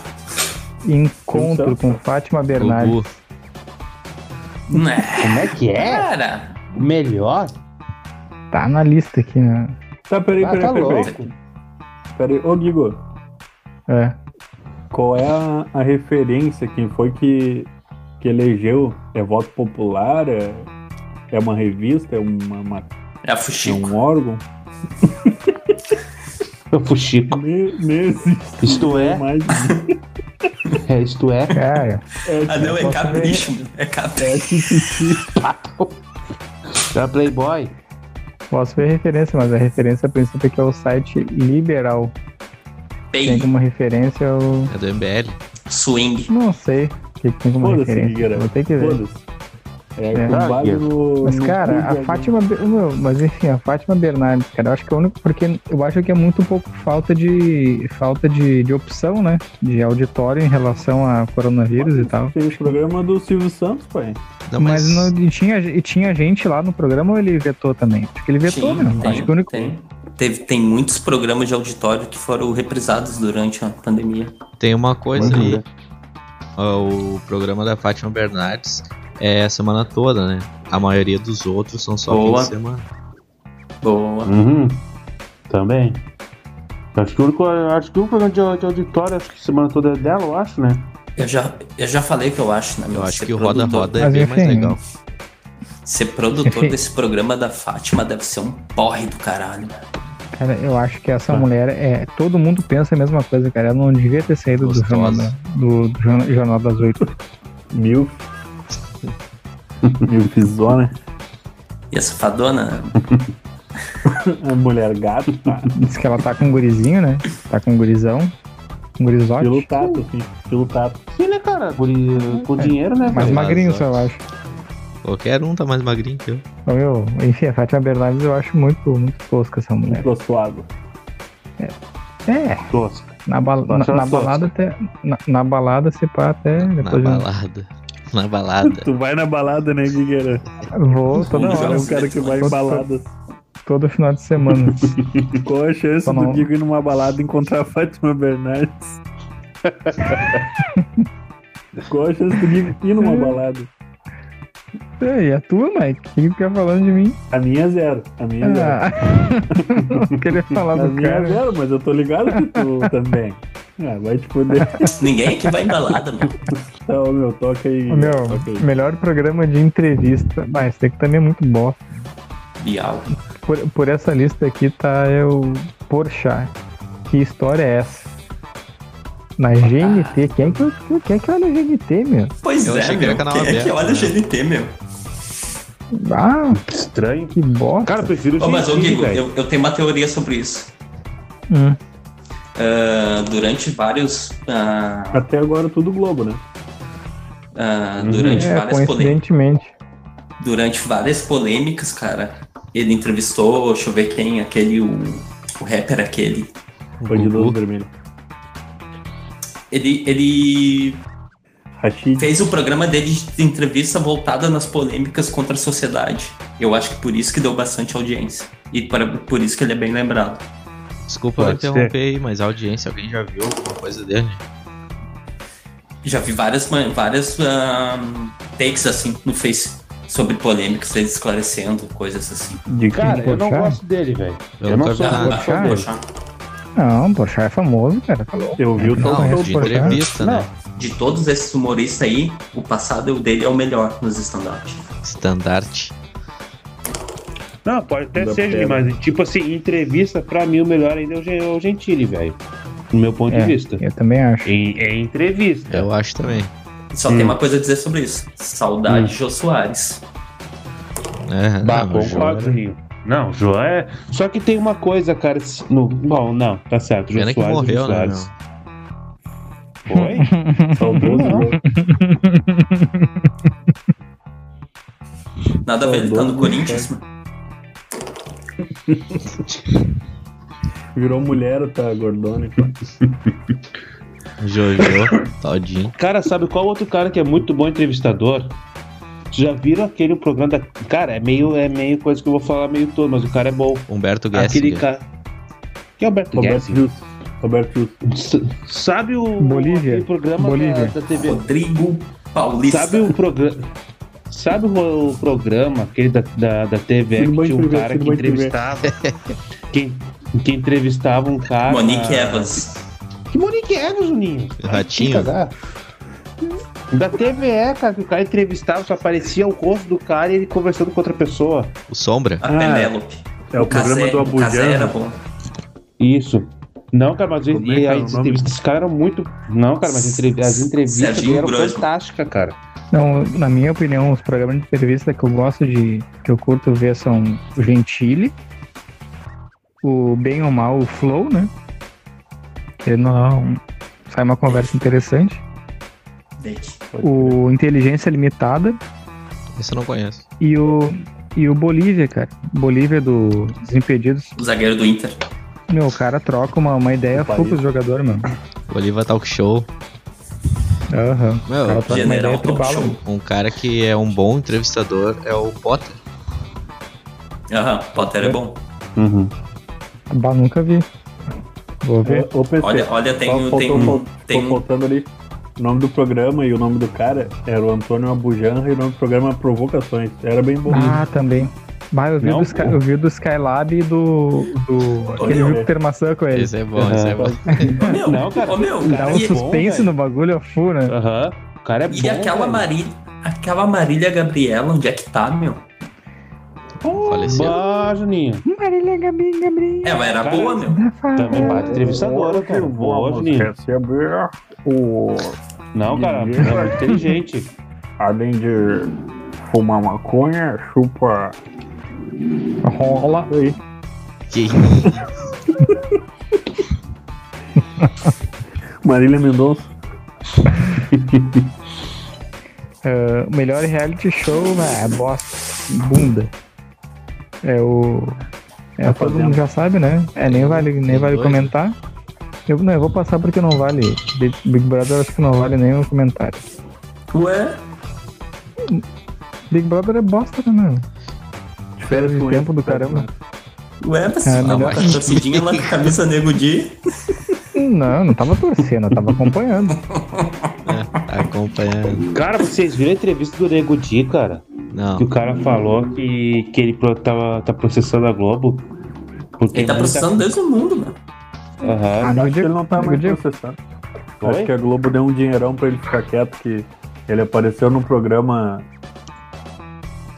[SPEAKER 2] Encontro
[SPEAKER 1] Santos.
[SPEAKER 2] com Fátima
[SPEAKER 5] Tá
[SPEAKER 2] Bernardes.
[SPEAKER 3] Gugu.
[SPEAKER 4] Né,
[SPEAKER 5] Como é que é?
[SPEAKER 4] cara?
[SPEAKER 5] O Melhor?
[SPEAKER 2] Tá na lista aqui, né?
[SPEAKER 1] Tá, peraí,
[SPEAKER 5] Ah,
[SPEAKER 1] peraí,
[SPEAKER 5] tá
[SPEAKER 1] peraí, peraí.
[SPEAKER 5] louco.
[SPEAKER 1] Peraí, ô Guigo,
[SPEAKER 2] É.
[SPEAKER 1] qual é a, a referência? Quem foi que, que elegeu? É voto popular? É, é uma revista? É, uma, uma-
[SPEAKER 4] É a
[SPEAKER 1] é
[SPEAKER 4] Fuxico.
[SPEAKER 1] um órgão?
[SPEAKER 5] O Fuxico.
[SPEAKER 1] Ne- Nem existe
[SPEAKER 5] Isto é,
[SPEAKER 1] mais.
[SPEAKER 5] é, isto é.
[SPEAKER 2] Cara,
[SPEAKER 4] Ah, não, é
[SPEAKER 2] Posso
[SPEAKER 4] capricho, meu. É capricho.
[SPEAKER 1] É tititi.
[SPEAKER 5] Da Tá Playboy.
[SPEAKER 2] posso ver a referência, mas a referência a princípio aqui é o site liberal. Tem
[SPEAKER 4] Bem,
[SPEAKER 2] como referência o.
[SPEAKER 3] É do MBL.
[SPEAKER 4] swing.
[SPEAKER 2] Não sei o que que tem como
[SPEAKER 1] Foda-se,
[SPEAKER 2] referência.
[SPEAKER 1] Guigueira.
[SPEAKER 2] Vou ter que ver.
[SPEAKER 1] Foda-se. É,
[SPEAKER 2] É.
[SPEAKER 1] com base no.
[SPEAKER 2] Mas,
[SPEAKER 1] no
[SPEAKER 2] cara,
[SPEAKER 1] cu de
[SPEAKER 2] a
[SPEAKER 1] alguém.
[SPEAKER 2] Fátima. Be- Meu, mas enfim, a Fátima Bernardes, cara, eu acho que é o único. Porque eu acho que é muito pouco falta de. falta de, de opção, né? De auditório em relação a coronavírus e tal.
[SPEAKER 1] né? Tem o programa do Silvio Santos, pai.
[SPEAKER 3] Não,
[SPEAKER 2] mas
[SPEAKER 3] mas,
[SPEAKER 2] não, e, tinha, e tinha gente lá no programa ou ele vetou também? Acho que ele vetou,
[SPEAKER 4] Sim,
[SPEAKER 2] mesmo.
[SPEAKER 4] tem,
[SPEAKER 2] Acho que o único.
[SPEAKER 4] tem. Teve, tem muitos programas de auditório que foram reprisados durante a pandemia.
[SPEAKER 3] tem uma coisa
[SPEAKER 1] Vamos
[SPEAKER 3] aí. Ó, O programa da Fátima Bernardes é a semana toda, né? A maioria dos outros são só fim
[SPEAKER 4] Boa.
[SPEAKER 3] de semana.
[SPEAKER 4] Boa.
[SPEAKER 5] Uhum. Também. Acho que o único, acho que o programa de, de auditório, acho que semana toda é dela, eu acho, né?
[SPEAKER 4] Eu já, eu já falei que eu acho, né, meu?
[SPEAKER 3] Eu acho
[SPEAKER 4] Ser
[SPEAKER 3] que o Roda
[SPEAKER 4] produtor-
[SPEAKER 3] Roda é
[SPEAKER 2] Mas
[SPEAKER 3] bem mais
[SPEAKER 2] enfim.
[SPEAKER 3] legal.
[SPEAKER 4] Ser produtor
[SPEAKER 2] (laughs)
[SPEAKER 4] desse programa da Fátima deve ser um porre do caralho.
[SPEAKER 2] Cara, eu acho que essa mulher é. Todo mundo pensa a mesma coisa, cara. Ela não devia ter saído do jornal,
[SPEAKER 3] Gostosa.
[SPEAKER 2] da- do, do Jornal- jornal das Oito.
[SPEAKER 1] Mil.
[SPEAKER 2] (laughs)
[SPEAKER 1] Milfizona.
[SPEAKER 4] E a safadona, né?
[SPEAKER 1] A mulher gato, tá.
[SPEAKER 2] Diz que ela tá com um gurizinho, né? Tá com um gurizão. Um gurizote.
[SPEAKER 1] Pelo tato, assim. Pelo tato.
[SPEAKER 5] Sim, né, cara? Guri, com dinheiro, né?
[SPEAKER 2] mais
[SPEAKER 5] velho?
[SPEAKER 2] magrinho,
[SPEAKER 3] Mas,
[SPEAKER 2] só eu acho.
[SPEAKER 3] Qualquer um tá mais magrinho que eu.
[SPEAKER 2] Então, meu, enfim, a Fátima Bernardes eu acho muito, muito tosca essa mulher.
[SPEAKER 1] Gostoso.
[SPEAKER 2] É,
[SPEAKER 5] Tosco.
[SPEAKER 2] na, bala-
[SPEAKER 5] Eu acho
[SPEAKER 2] na,
[SPEAKER 5] ela
[SPEAKER 2] na balada até. Na, na balada, se pá, até.
[SPEAKER 3] Na
[SPEAKER 2] Depois de um-
[SPEAKER 3] balada. Na
[SPEAKER 4] (laughs)
[SPEAKER 3] balada.
[SPEAKER 1] Tu vai na balada, né, Guigueira?
[SPEAKER 2] Vou toda
[SPEAKER 4] Não,
[SPEAKER 1] Tu
[SPEAKER 2] hora,
[SPEAKER 1] é um cara que vai em balada.
[SPEAKER 2] todo final de semana.
[SPEAKER 1] Qual a chance
[SPEAKER 2] Só não-
[SPEAKER 1] do Guigo ir numa balada e encontrar a Fátima
[SPEAKER 2] (laughs)
[SPEAKER 1] Bernardes? Qual a chance do Guigo ir numa balada?
[SPEAKER 2] e a tua, Mike? O que que fica falando de mim?
[SPEAKER 1] A minha é zero. A minha é zero.
[SPEAKER 2] Ah, (laughs) não queria falar
[SPEAKER 1] A
[SPEAKER 2] do
[SPEAKER 1] minha é
[SPEAKER 2] cara. (laughs)
[SPEAKER 1] zero, mas eu tô ligado que tu também. Ah, vai te fuder.
[SPEAKER 4] Ninguém aqui vai embalada, mano.
[SPEAKER 1] Então, meu, toca aí.
[SPEAKER 2] Ô, meu,
[SPEAKER 1] toca aí.
[SPEAKER 2] melhor programa de entrevista. Ah, esse daqui também é muito bom.
[SPEAKER 4] Bial.
[SPEAKER 2] Por, por essa lista aqui tá eu. Porchat. Que história é essa? Na GNT, quem é que, eu- quem é que olha a GNT, meu?
[SPEAKER 4] Pois
[SPEAKER 3] Eu
[SPEAKER 4] é,
[SPEAKER 3] achei que
[SPEAKER 4] meu.
[SPEAKER 3] era canal
[SPEAKER 4] Quem é que
[SPEAKER 3] aberto,
[SPEAKER 4] olha o
[SPEAKER 3] né?
[SPEAKER 4] GNT, meu?
[SPEAKER 2] Ah,
[SPEAKER 5] Estranho.
[SPEAKER 2] que bosta.
[SPEAKER 5] Cara, eu prefiro
[SPEAKER 4] Ô, mas, ô,
[SPEAKER 5] GNT,
[SPEAKER 4] Guigo,
[SPEAKER 5] velho.
[SPEAKER 4] eu, eu tenho uma teoria sobre isso.
[SPEAKER 2] Hum.
[SPEAKER 4] Ah, durante vários... ah,
[SPEAKER 1] Até agora tudo Globo, né?
[SPEAKER 4] ah, durante
[SPEAKER 2] É,
[SPEAKER 4] várias polêmicas.
[SPEAKER 2] coincidentemente.
[SPEAKER 4] durante várias polêmicas, cara. Ele entrevistou, deixa eu ver quem, aquele, o, o rapper aquele.
[SPEAKER 1] Bandido
[SPEAKER 3] Gugu.
[SPEAKER 1] vermelho.
[SPEAKER 4] Ele, ele
[SPEAKER 1] Rashid.
[SPEAKER 4] fez o programa dele de entrevista voltada nas polêmicas contra a sociedade. Eu acho que por isso que deu bastante audiência. E pra- por isso que ele é bem lembrado.
[SPEAKER 3] Desculpa
[SPEAKER 5] Pode
[SPEAKER 3] interromper aí, mas a audiência, alguém já viu alguma coisa dele?
[SPEAKER 4] Já vi várias, ma- várias ahn, takes assim no Face sobre polêmicas, eles esclarecendo coisas assim.
[SPEAKER 1] De
[SPEAKER 5] Cara, eu não
[SPEAKER 2] Porchat?
[SPEAKER 5] gosto dele, velho.
[SPEAKER 3] Eu
[SPEAKER 5] Eu, não
[SPEAKER 3] nunca
[SPEAKER 5] sou
[SPEAKER 3] vi
[SPEAKER 5] fã
[SPEAKER 3] nada.
[SPEAKER 5] do
[SPEAKER 4] Ah,
[SPEAKER 5] show dele.
[SPEAKER 4] poxa,
[SPEAKER 2] Não, Porchat é famoso, cara. Tá louco.
[SPEAKER 1] Eu vi o
[SPEAKER 2] Não,
[SPEAKER 1] tal
[SPEAKER 2] é
[SPEAKER 1] do
[SPEAKER 3] Não, de
[SPEAKER 2] Porchat.
[SPEAKER 3] entrevista, né?
[SPEAKER 4] de todos esses humoristas aí, o passado dele é o melhor nos stand-up.
[SPEAKER 3] Standard.
[SPEAKER 5] Não, pode até
[SPEAKER 1] Da
[SPEAKER 5] ser, Gui,
[SPEAKER 1] pedra.
[SPEAKER 5] mas tipo assim, em entrevista, pra mim o melhor ainda é o Gen- é o Gentili, velho. Do meu ponto de vista.
[SPEAKER 2] Eu também acho.
[SPEAKER 5] Em, em entrevista.
[SPEAKER 3] Eu acho também.
[SPEAKER 4] Só
[SPEAKER 5] Hum.
[SPEAKER 4] tem uma coisa a dizer sobre isso. Saudade de Jô Soares.
[SPEAKER 3] É, não,
[SPEAKER 5] Bah,
[SPEAKER 3] o jogo
[SPEAKER 5] concordo,
[SPEAKER 3] era-
[SPEAKER 5] Rio. Não, o João é. Só que tem uma coisa, cara. se- No... Bom, não, tá certo. João
[SPEAKER 3] Pena que
[SPEAKER 5] Soares, Jô
[SPEAKER 3] morreu, né?
[SPEAKER 5] Soares.
[SPEAKER 3] meu?
[SPEAKER 5] Foi?
[SPEAKER 2] (laughs)
[SPEAKER 1] saudoso
[SPEAKER 5] Não.
[SPEAKER 1] Globo.
[SPEAKER 4] Nada a ver, ele tá no
[SPEAKER 1] Saudou,
[SPEAKER 4] Corinthians, mano.
[SPEAKER 1] Virou mulher, tá gordona. cara.
[SPEAKER 3] Jojo, todinho.
[SPEAKER 5] Cara, sabe qual outro cara que é muito bom entrevistador? Já viram aquele programa da. Cara, é meio, é meio coisa que eu vou falar meio todo, mas o cara é bom.
[SPEAKER 3] Humberto
[SPEAKER 5] Aquele
[SPEAKER 3] Gessinger.
[SPEAKER 5] cara. Que é o Alberto
[SPEAKER 1] Roberto
[SPEAKER 4] assim.
[SPEAKER 5] Gessinger?
[SPEAKER 1] Rios. Roberto Rios.
[SPEAKER 5] S- Sabe o
[SPEAKER 2] Bolívia.
[SPEAKER 5] aquele programa
[SPEAKER 2] Bolívia.
[SPEAKER 5] Da, da TV?
[SPEAKER 4] Rodrigo Paulista.
[SPEAKER 5] Sabe o programa. Sabe o, o programa aquele da, da, da TV
[SPEAKER 1] Tudo
[SPEAKER 5] que
[SPEAKER 1] bem,
[SPEAKER 5] tinha um
[SPEAKER 1] tudo bem,
[SPEAKER 5] cara
[SPEAKER 1] tudo
[SPEAKER 5] que
[SPEAKER 1] bem, tudo bem. (laughs)
[SPEAKER 5] entrevistava. Que, que entrevistava um cara.
[SPEAKER 4] Monique
[SPEAKER 1] é.
[SPEAKER 4] Evans.
[SPEAKER 5] Que Monique Evans, Juninho?
[SPEAKER 3] Ratinho.
[SPEAKER 5] Ai, que cagar. Da TVE, cara, que o cara entrevistava, só aparecia o rosto do cara e ele conversando com outra pessoa.
[SPEAKER 3] O Sombra.
[SPEAKER 4] A
[SPEAKER 1] Ah,
[SPEAKER 4] Penélope.
[SPEAKER 1] É o programa
[SPEAKER 4] Cazé-
[SPEAKER 1] do né?
[SPEAKER 4] Cazé era
[SPEAKER 1] Abujamra.
[SPEAKER 4] bom.
[SPEAKER 5] Isso. Não, cara, mas
[SPEAKER 1] Como é
[SPEAKER 5] e
[SPEAKER 1] que é
[SPEAKER 5] as
[SPEAKER 1] o nome?
[SPEAKER 5] entrevistas desse cara eram muito. Não, cara, mas entrev- as entrevistas
[SPEAKER 4] Serginho
[SPEAKER 5] dele eram
[SPEAKER 4] Grosman.
[SPEAKER 5] fantásticas, cara.
[SPEAKER 2] Não, na minha opinião, os programas de entrevista que eu gosto de. que eu curto ver são o Gentili, o Bem ou Mal, o Flow, né? Que não. sai uma conversa interessante.
[SPEAKER 4] Gente,
[SPEAKER 2] O Inteligência Limitada
[SPEAKER 3] Esse eu não conheço.
[SPEAKER 2] e o. E o Bolívia, cara. Bolívia do Desimpedidos.
[SPEAKER 4] O zagueiro do Inter.
[SPEAKER 2] Meu, o cara troca uma, uma ideia
[SPEAKER 1] Opa,
[SPEAKER 2] full com os jogadores, mano.
[SPEAKER 3] Oliva Talk Show.
[SPEAKER 2] Aham.
[SPEAKER 3] Meu,
[SPEAKER 2] Cara, Troca uma
[SPEAKER 4] General
[SPEAKER 2] ideia
[SPEAKER 4] Talk
[SPEAKER 2] tribal,
[SPEAKER 4] Show.
[SPEAKER 3] um cara que é um bom entrevistador é o Potter.
[SPEAKER 4] Aham, Potter é bom.
[SPEAKER 5] Uhum.
[SPEAKER 2] Bah, nunca vi. Vou ver.
[SPEAKER 1] É, Ô, ô, PC,
[SPEAKER 4] Olha, olha tem,
[SPEAKER 1] só
[SPEAKER 4] um-
[SPEAKER 1] faltou,
[SPEAKER 4] tem, um-
[SPEAKER 1] fal-
[SPEAKER 4] tem
[SPEAKER 1] ficou
[SPEAKER 4] um.
[SPEAKER 1] faltando ali. O nome do programa e o nome do cara era o Antônio Abujanra e o nome do programa era Provocações. Era bem bom.
[SPEAKER 2] Ah, também. Bah, eu vi,
[SPEAKER 5] Não,
[SPEAKER 2] do Sky,
[SPEAKER 5] pô.
[SPEAKER 2] eu vi do Skylab e do. do aquele
[SPEAKER 4] Olha,
[SPEAKER 2] Júpiter maçã com ele.
[SPEAKER 3] Esse é bom, esse é bom.
[SPEAKER 4] Ô, meu,
[SPEAKER 5] Não, cara,
[SPEAKER 4] ô, meu,
[SPEAKER 2] Dá um
[SPEAKER 4] e,
[SPEAKER 5] sus-
[SPEAKER 2] suspense
[SPEAKER 5] velho.
[SPEAKER 2] no bagulho, a full, né?
[SPEAKER 5] Aham. O cara é bom.
[SPEAKER 4] e aquela
[SPEAKER 5] velho.
[SPEAKER 4] Marília, aquela Marília Gabriela, onde é que tá, meu?
[SPEAKER 3] Faleceu.
[SPEAKER 5] Bah, Juninho.
[SPEAKER 2] Marília Gabi, Gabriel.
[SPEAKER 4] É, Ela era
[SPEAKER 5] Cara,
[SPEAKER 4] boa, meu.
[SPEAKER 5] Também bate entrevistadora, cara. Boa, Juninho.
[SPEAKER 1] Receber o...
[SPEAKER 5] Não, cara, é
[SPEAKER 1] Ninguém.
[SPEAKER 5] muito inteligente.
[SPEAKER 1] Além de fumar maconha, chupa...
[SPEAKER 2] Rola.
[SPEAKER 1] Aí.
[SPEAKER 3] Que
[SPEAKER 1] Marília Mendonça.
[SPEAKER 2] Ah, o melhor reality show, né? É bosta. Bunda. É o. É,
[SPEAKER 1] Tá
[SPEAKER 2] todo
[SPEAKER 1] fazendo.
[SPEAKER 2] mundo já sabe, né? É, nem vale, nem
[SPEAKER 3] Tem
[SPEAKER 2] vale
[SPEAKER 3] dois.
[SPEAKER 2] comentar. Eu, não, eu vou passar porque não vale. Big- Big Brother acho que não vale nem o comentário.
[SPEAKER 4] Ué,
[SPEAKER 2] Big Brother é bosta, né, mano?
[SPEAKER 1] De férias
[SPEAKER 2] Perda de
[SPEAKER 1] com
[SPEAKER 2] tempo
[SPEAKER 1] ele.
[SPEAKER 2] do caramba.
[SPEAKER 4] ué, mas
[SPEAKER 2] É,
[SPEAKER 4] ah,
[SPEAKER 2] melhor-
[SPEAKER 4] mas a torcidinha lá com a camisa nego de.
[SPEAKER 2] Não, não tava torcendo, eu tava acompanhando.
[SPEAKER 3] tá acompanhando.
[SPEAKER 5] Cara, vocês viram a entrevista do Nego Di, cara?
[SPEAKER 3] Não.
[SPEAKER 5] Que o cara falou que, que ele pro- tava, tá processando a Globo. Porque
[SPEAKER 4] Ele tá
[SPEAKER 5] muita-
[SPEAKER 4] processando Deus do mundo, meu.
[SPEAKER 5] Aham.
[SPEAKER 2] Ah,
[SPEAKER 1] Acho
[SPEAKER 2] não,
[SPEAKER 1] que
[SPEAKER 2] digo-
[SPEAKER 1] ele não tá
[SPEAKER 2] eu
[SPEAKER 1] mais
[SPEAKER 2] digo-
[SPEAKER 1] processado.
[SPEAKER 5] Oi?
[SPEAKER 1] Acho que a Globo deu um dinheirão pra ele ficar quieto, que ele apareceu no programa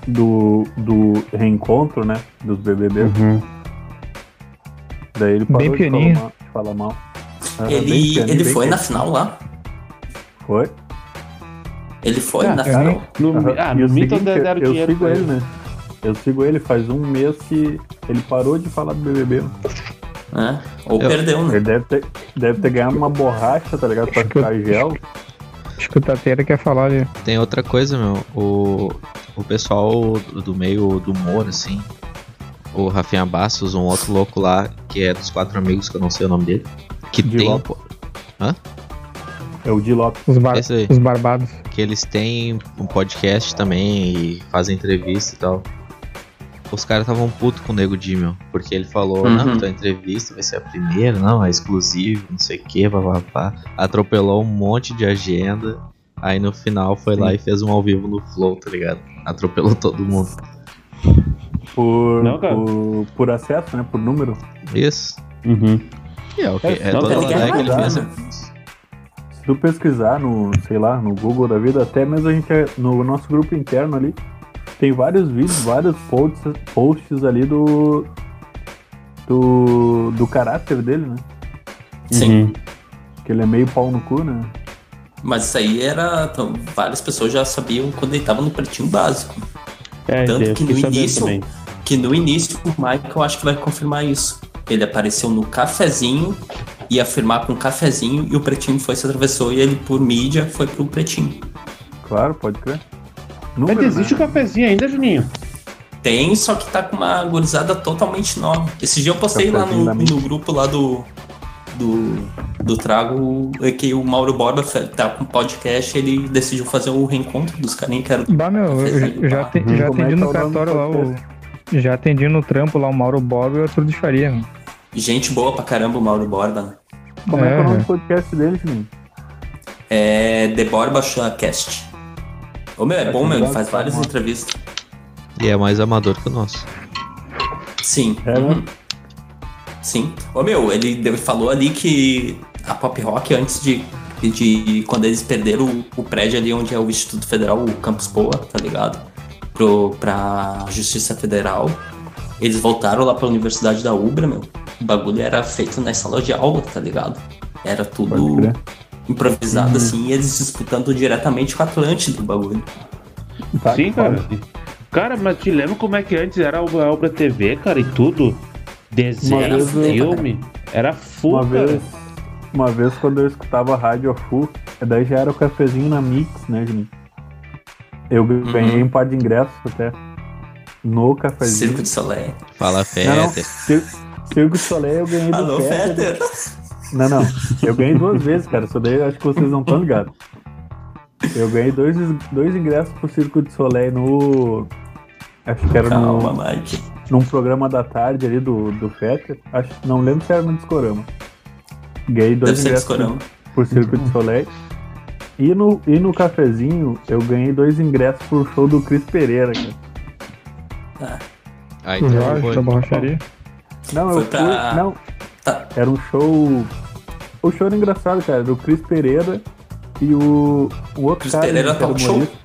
[SPEAKER 1] do, do reencontro, né? Dos BBB. Daí ele parou
[SPEAKER 2] Bem
[SPEAKER 1] de falar
[SPEAKER 2] pioninho.
[SPEAKER 1] mal. de falar mal. Era Tá bem
[SPEAKER 4] Ele,
[SPEAKER 1] pioninho,
[SPEAKER 4] ele
[SPEAKER 1] bem
[SPEAKER 4] foi na
[SPEAKER 1] pioninho.
[SPEAKER 4] final lá.
[SPEAKER 1] Foi?
[SPEAKER 4] Ele foi
[SPEAKER 5] Ah,
[SPEAKER 4] na
[SPEAKER 2] é?
[SPEAKER 4] final.
[SPEAKER 5] No,
[SPEAKER 1] Aham.
[SPEAKER 5] ah,
[SPEAKER 1] E
[SPEAKER 5] no
[SPEAKER 1] o
[SPEAKER 5] mito
[SPEAKER 1] seguinte,
[SPEAKER 5] ainda deram
[SPEAKER 1] eu
[SPEAKER 5] dinheiro.
[SPEAKER 1] sigo
[SPEAKER 5] pra
[SPEAKER 1] ele, né? Eu sigo ele faz um mês que ele parou de falar do BBB.
[SPEAKER 4] né? Ou
[SPEAKER 3] Eu-
[SPEAKER 4] perdeu, né?
[SPEAKER 1] Ele deve ter, deve ter ganhado uma borracha, tá ligado? Pra
[SPEAKER 2] Acho que eu-
[SPEAKER 1] ficar gel.
[SPEAKER 2] Acho que o Tateira quer falar de.
[SPEAKER 3] Tem outra coisa, meu. O, o pessoal do do meio do humor, assim. O Rafinha Bastos, um outro louco lá, que é dos quatro amigos, que eu não sei o nome dele. Que
[SPEAKER 1] De
[SPEAKER 3] tem.
[SPEAKER 1] lá. É o de Lopes.
[SPEAKER 2] Os, bar-
[SPEAKER 3] Esse aí.
[SPEAKER 2] os barbados.
[SPEAKER 3] Que eles têm um podcast também e fazem entrevista e tal. Os caras estavam puto com o Nego Di, meu. Porque ele falou,
[SPEAKER 4] Uhum.
[SPEAKER 3] não, tua entrevista vai ser a primeira, não, é exclusivo, não sei o que, papapá. Atropelou um monte de agenda. Aí no final foi lá e fez um ao vivo no Flow, tá ligado? Atropelou todo mundo.
[SPEAKER 1] Por,
[SPEAKER 5] Não, cara.
[SPEAKER 1] por, por acesso, né? Por número.
[SPEAKER 3] Isso.
[SPEAKER 5] Uhum.
[SPEAKER 3] É, o que
[SPEAKER 5] É,
[SPEAKER 3] é,
[SPEAKER 5] não,
[SPEAKER 3] toda
[SPEAKER 5] tá
[SPEAKER 3] a
[SPEAKER 5] ligado,
[SPEAKER 3] ideia que ele
[SPEAKER 1] né?
[SPEAKER 3] fez. é-
[SPEAKER 1] Se tu pesquisar no, sei lá, no Google da vida, até mesmo a gente, é- no nosso grupo interno ali, tem vários vídeos, vários posts, posts ali do, do. do caráter dele, né?
[SPEAKER 4] Sim.
[SPEAKER 5] Uhum.
[SPEAKER 1] Que ele é meio pau no cu, né?
[SPEAKER 4] Mas isso aí era. então, várias pessoas já sabiam quando ele tava no pretinho básico.
[SPEAKER 5] É,
[SPEAKER 4] Tanto
[SPEAKER 5] eu
[SPEAKER 4] que
[SPEAKER 5] fiquei
[SPEAKER 4] no
[SPEAKER 5] sabendo
[SPEAKER 4] início-
[SPEAKER 5] também.
[SPEAKER 4] Que no início o Michael acho que vai confirmar isso. Ele apareceu no cafezinho, ia afirmar com o cafezinho, e o pretinho foi, se atravessou, e ele, por mídia, foi pro pretinho.
[SPEAKER 1] Claro, pode crer. Número,
[SPEAKER 5] Mas existe o
[SPEAKER 1] né?
[SPEAKER 5] cafezinho ainda, Juninho?
[SPEAKER 4] Tem, só que tá com uma gurizada totalmente nova. Esse dia eu postei lá
[SPEAKER 1] Cafezinho
[SPEAKER 4] no,
[SPEAKER 1] da mente.
[SPEAKER 4] no grupo lá do. Do, do Trago, é que o Mauro Borba fe- tá com podcast, ele decidiu fazer o reencontro dos carinhos que era.
[SPEAKER 2] Bah, meu, eu, já- eu já, aten-
[SPEAKER 1] Uhum.
[SPEAKER 2] já
[SPEAKER 1] Como é
[SPEAKER 2] atendi
[SPEAKER 1] que é
[SPEAKER 2] no
[SPEAKER 1] o nome do
[SPEAKER 2] cartório lá o.
[SPEAKER 1] podcast?
[SPEAKER 2] Já atendi no trampo lá o Mauro Bob e o Arthur de Faria. mano.
[SPEAKER 4] Gente boa pra caramba, o Mauro Borba, né?
[SPEAKER 1] Como é, que é o
[SPEAKER 2] É.
[SPEAKER 1] nome do podcast dele, Juninho?
[SPEAKER 4] É The Borba Cast. Ô meu, é bom, meu, ele faz várias entrevistas.
[SPEAKER 3] E é mais amador que o nosso.
[SPEAKER 4] Sim.
[SPEAKER 1] É, né?
[SPEAKER 4] Uhum. Sim. Ô meu, ele deu- falou ali que a Pop Rock, antes de. de quando eles perderam o, o prédio ali onde é o Instituto Federal, o Campus Boa, tá ligado? Pro, pra Justiça Federal. Eles voltaram lá pra Universidade da Ubra, meu. O bagulho era feito nas salas de aula, tá ligado? Era
[SPEAKER 1] Pode
[SPEAKER 4] tudo
[SPEAKER 1] crer. Uhum.
[SPEAKER 4] improvisado assim, e eles disputando diretamente com a Atlântida o bagulho.
[SPEAKER 1] Tá,
[SPEAKER 5] Sim,
[SPEAKER 1] foda.
[SPEAKER 5] cara. Cara, mas te lembra como é que antes era a obra TV, cara, e tudo? Desenho,
[SPEAKER 4] Uma vez né, eu-
[SPEAKER 5] filme. Era
[SPEAKER 1] Uma
[SPEAKER 5] full, cara.
[SPEAKER 1] vez, uma vez quando eu escutava a rádio full, daí já era o cafezinho na Mix, né, Juninho? Eu
[SPEAKER 4] Uhum.
[SPEAKER 1] ganhei um par de ingressos até no cafezinho.
[SPEAKER 4] Circo de Soleil.
[SPEAKER 3] Fala
[SPEAKER 1] Não, não.
[SPEAKER 3] Feta.
[SPEAKER 1] Cir- Circo de Soleil eu ganhei do
[SPEAKER 4] Alô,
[SPEAKER 1] Fetter.
[SPEAKER 4] Fetter!
[SPEAKER 1] Não, não. Eu ganhei duas vezes, cara. Isso daí eu acho que vocês não estão ligados. Eu ganhei dois, dois ingressos pro Circo de Soleil no. Acho que era no,
[SPEAKER 4] Calma, Mike.
[SPEAKER 1] num programa da tarde ali do, do Fetter. Acho, não lembro se era no Discorama. Ganhei
[SPEAKER 4] Deve
[SPEAKER 1] dois né?
[SPEAKER 4] ser
[SPEAKER 1] ingressos
[SPEAKER 4] discorama.
[SPEAKER 1] por Circo de Soleil. E no, e no cafezinho eu ganhei dois ingressos pro show do Cris Pereira, cara.
[SPEAKER 3] Aí
[SPEAKER 2] O
[SPEAKER 3] então
[SPEAKER 2] Jorge tá da
[SPEAKER 3] foi.
[SPEAKER 2] borracharia.
[SPEAKER 1] Não,
[SPEAKER 4] Foi
[SPEAKER 1] eu fui.
[SPEAKER 4] pra-
[SPEAKER 1] Não,
[SPEAKER 4] Tá.
[SPEAKER 1] era um show. O show era engraçado, cara. Era o Cris Pereira e o, o outro
[SPEAKER 4] Cris
[SPEAKER 1] cara.
[SPEAKER 4] Pereira tá
[SPEAKER 1] que era
[SPEAKER 4] talk show?
[SPEAKER 1] humorista.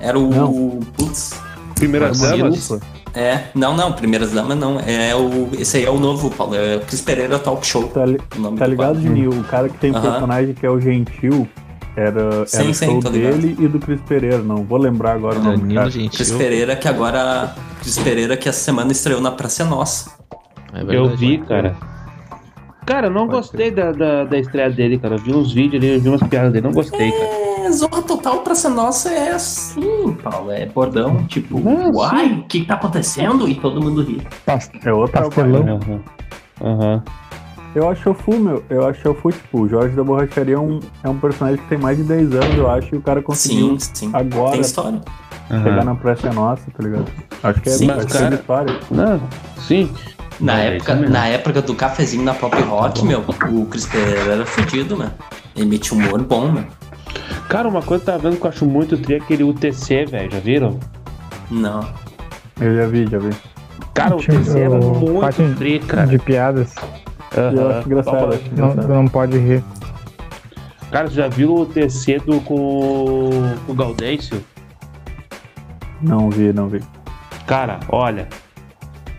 [SPEAKER 4] Era o.
[SPEAKER 1] Não.
[SPEAKER 4] Putz.
[SPEAKER 5] Primeiras
[SPEAKER 3] Marcelo.
[SPEAKER 5] damas.
[SPEAKER 4] É, não, não, Primeiras Damas não. É o. Esse aí é o novo, Paulo. É o Cris Pereira Talk Show.
[SPEAKER 1] Tá, li-
[SPEAKER 4] O nome
[SPEAKER 1] tá
[SPEAKER 4] do
[SPEAKER 1] ligado,
[SPEAKER 4] quadro.
[SPEAKER 1] Juninho? O cara que tem um
[SPEAKER 4] Aham.
[SPEAKER 1] personagem que é o Gentil. Era, era
[SPEAKER 4] Sim,
[SPEAKER 1] o
[SPEAKER 4] sim,
[SPEAKER 1] show
[SPEAKER 4] tô ligado.
[SPEAKER 1] dele e do Cris Pereira. Não vou lembrar agora o nome do
[SPEAKER 3] Danilo
[SPEAKER 1] cara.
[SPEAKER 4] Cris
[SPEAKER 3] Gentil.
[SPEAKER 4] Pereira que agora. Cris Pereira que essa semana estreou na Praça é Nossa.
[SPEAKER 3] É verdade.
[SPEAKER 5] Eu vi, cara. Cara, eu não gostei da, da, da estreia dele, cara. Eu vi uns vídeos ali, eu vi umas piadas dele, não gostei, cara.
[SPEAKER 4] É, Zorra Total Praça é Nossa é assim, Paulo. É bordão, tipo,
[SPEAKER 5] Não,
[SPEAKER 1] assim.
[SPEAKER 4] uai, o que que tá acontecendo? E todo mundo ri.
[SPEAKER 2] Pas-
[SPEAKER 1] É outro
[SPEAKER 2] Pastelão.
[SPEAKER 1] trabalho.
[SPEAKER 5] Aham. Aham.
[SPEAKER 1] Eu acho o Fu, meu. Eu acho o Fu, tipo, o Jorge da Borracharia é um, é um personagem que tem mais de 10 anos, eu acho, e o cara conseguiu
[SPEAKER 4] Sim, sim.
[SPEAKER 1] agora
[SPEAKER 4] Tem história.
[SPEAKER 1] chegar na Praça é Nossa, tá ligado? Acho que é,
[SPEAKER 4] Sim,
[SPEAKER 1] acho que é
[SPEAKER 5] cara.
[SPEAKER 1] vitória.
[SPEAKER 5] Não, sim.
[SPEAKER 4] Na,
[SPEAKER 5] Não, é
[SPEAKER 4] época,
[SPEAKER 5] isso mesmo. Tá
[SPEAKER 4] na época do cafezinho na pop rock, meu, o Cris Pereira era fodido, né? Ele metia um humor bom, meu.
[SPEAKER 5] Cara, uma coisa que eu tava vendo que eu acho muito tri é aquele UTC, velho. Já viram?
[SPEAKER 4] Não.
[SPEAKER 1] Eu já vi, já vi.
[SPEAKER 5] Cara, o
[SPEAKER 2] Tinha
[SPEAKER 5] UTC era
[SPEAKER 2] o
[SPEAKER 1] é
[SPEAKER 5] muito
[SPEAKER 2] Patinho
[SPEAKER 5] tri, cara.
[SPEAKER 2] De piadas.
[SPEAKER 1] Eu
[SPEAKER 5] Aham.
[SPEAKER 1] acho engraçado.
[SPEAKER 5] Só pra-
[SPEAKER 1] eu acho
[SPEAKER 2] Não,
[SPEAKER 1] engraçado.
[SPEAKER 2] não pode rir.
[SPEAKER 5] Cara, você já viu o tecido com, com o Gaudêncio?
[SPEAKER 1] Não vi, não vi.
[SPEAKER 5] Cara, olha.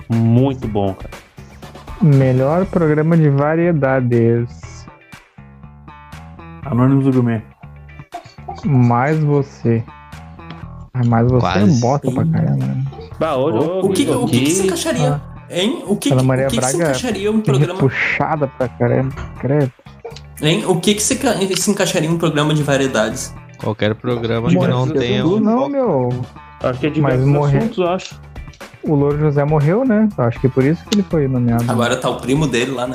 [SPEAKER 5] Muito bom, cara.
[SPEAKER 2] Melhor programa de variedades.
[SPEAKER 1] Anônimos do Gourmet.
[SPEAKER 2] Mais você. Ah, Mais você
[SPEAKER 3] Quase.
[SPEAKER 2] é bota pra caramba. né?
[SPEAKER 5] Bah, hoje,
[SPEAKER 1] O
[SPEAKER 5] hoje-
[SPEAKER 4] O que, o que, que se
[SPEAKER 5] aqui-
[SPEAKER 4] encaixaria? Hein? O que,
[SPEAKER 2] Ana
[SPEAKER 4] que- o
[SPEAKER 2] Maria
[SPEAKER 4] que, que se
[SPEAKER 2] Braga
[SPEAKER 4] encaixaria um
[SPEAKER 2] Que
[SPEAKER 4] programa?
[SPEAKER 2] Puxada pra caramba. Credo.
[SPEAKER 4] Hein? O que, que se, ca- se encaixaria em um programa de variedades?
[SPEAKER 3] Qualquer programa que não
[SPEAKER 5] Diversos
[SPEAKER 3] tenha
[SPEAKER 5] assuntos.
[SPEAKER 3] um
[SPEAKER 2] Não, meu.
[SPEAKER 5] Acho que é de
[SPEAKER 2] Mas morrer-
[SPEAKER 5] assuntos, eu acho.
[SPEAKER 2] O Louro José morreu, né? Eu Acho que é por isso que ele foi nomeado.
[SPEAKER 4] Agora tá o primo dele lá, né?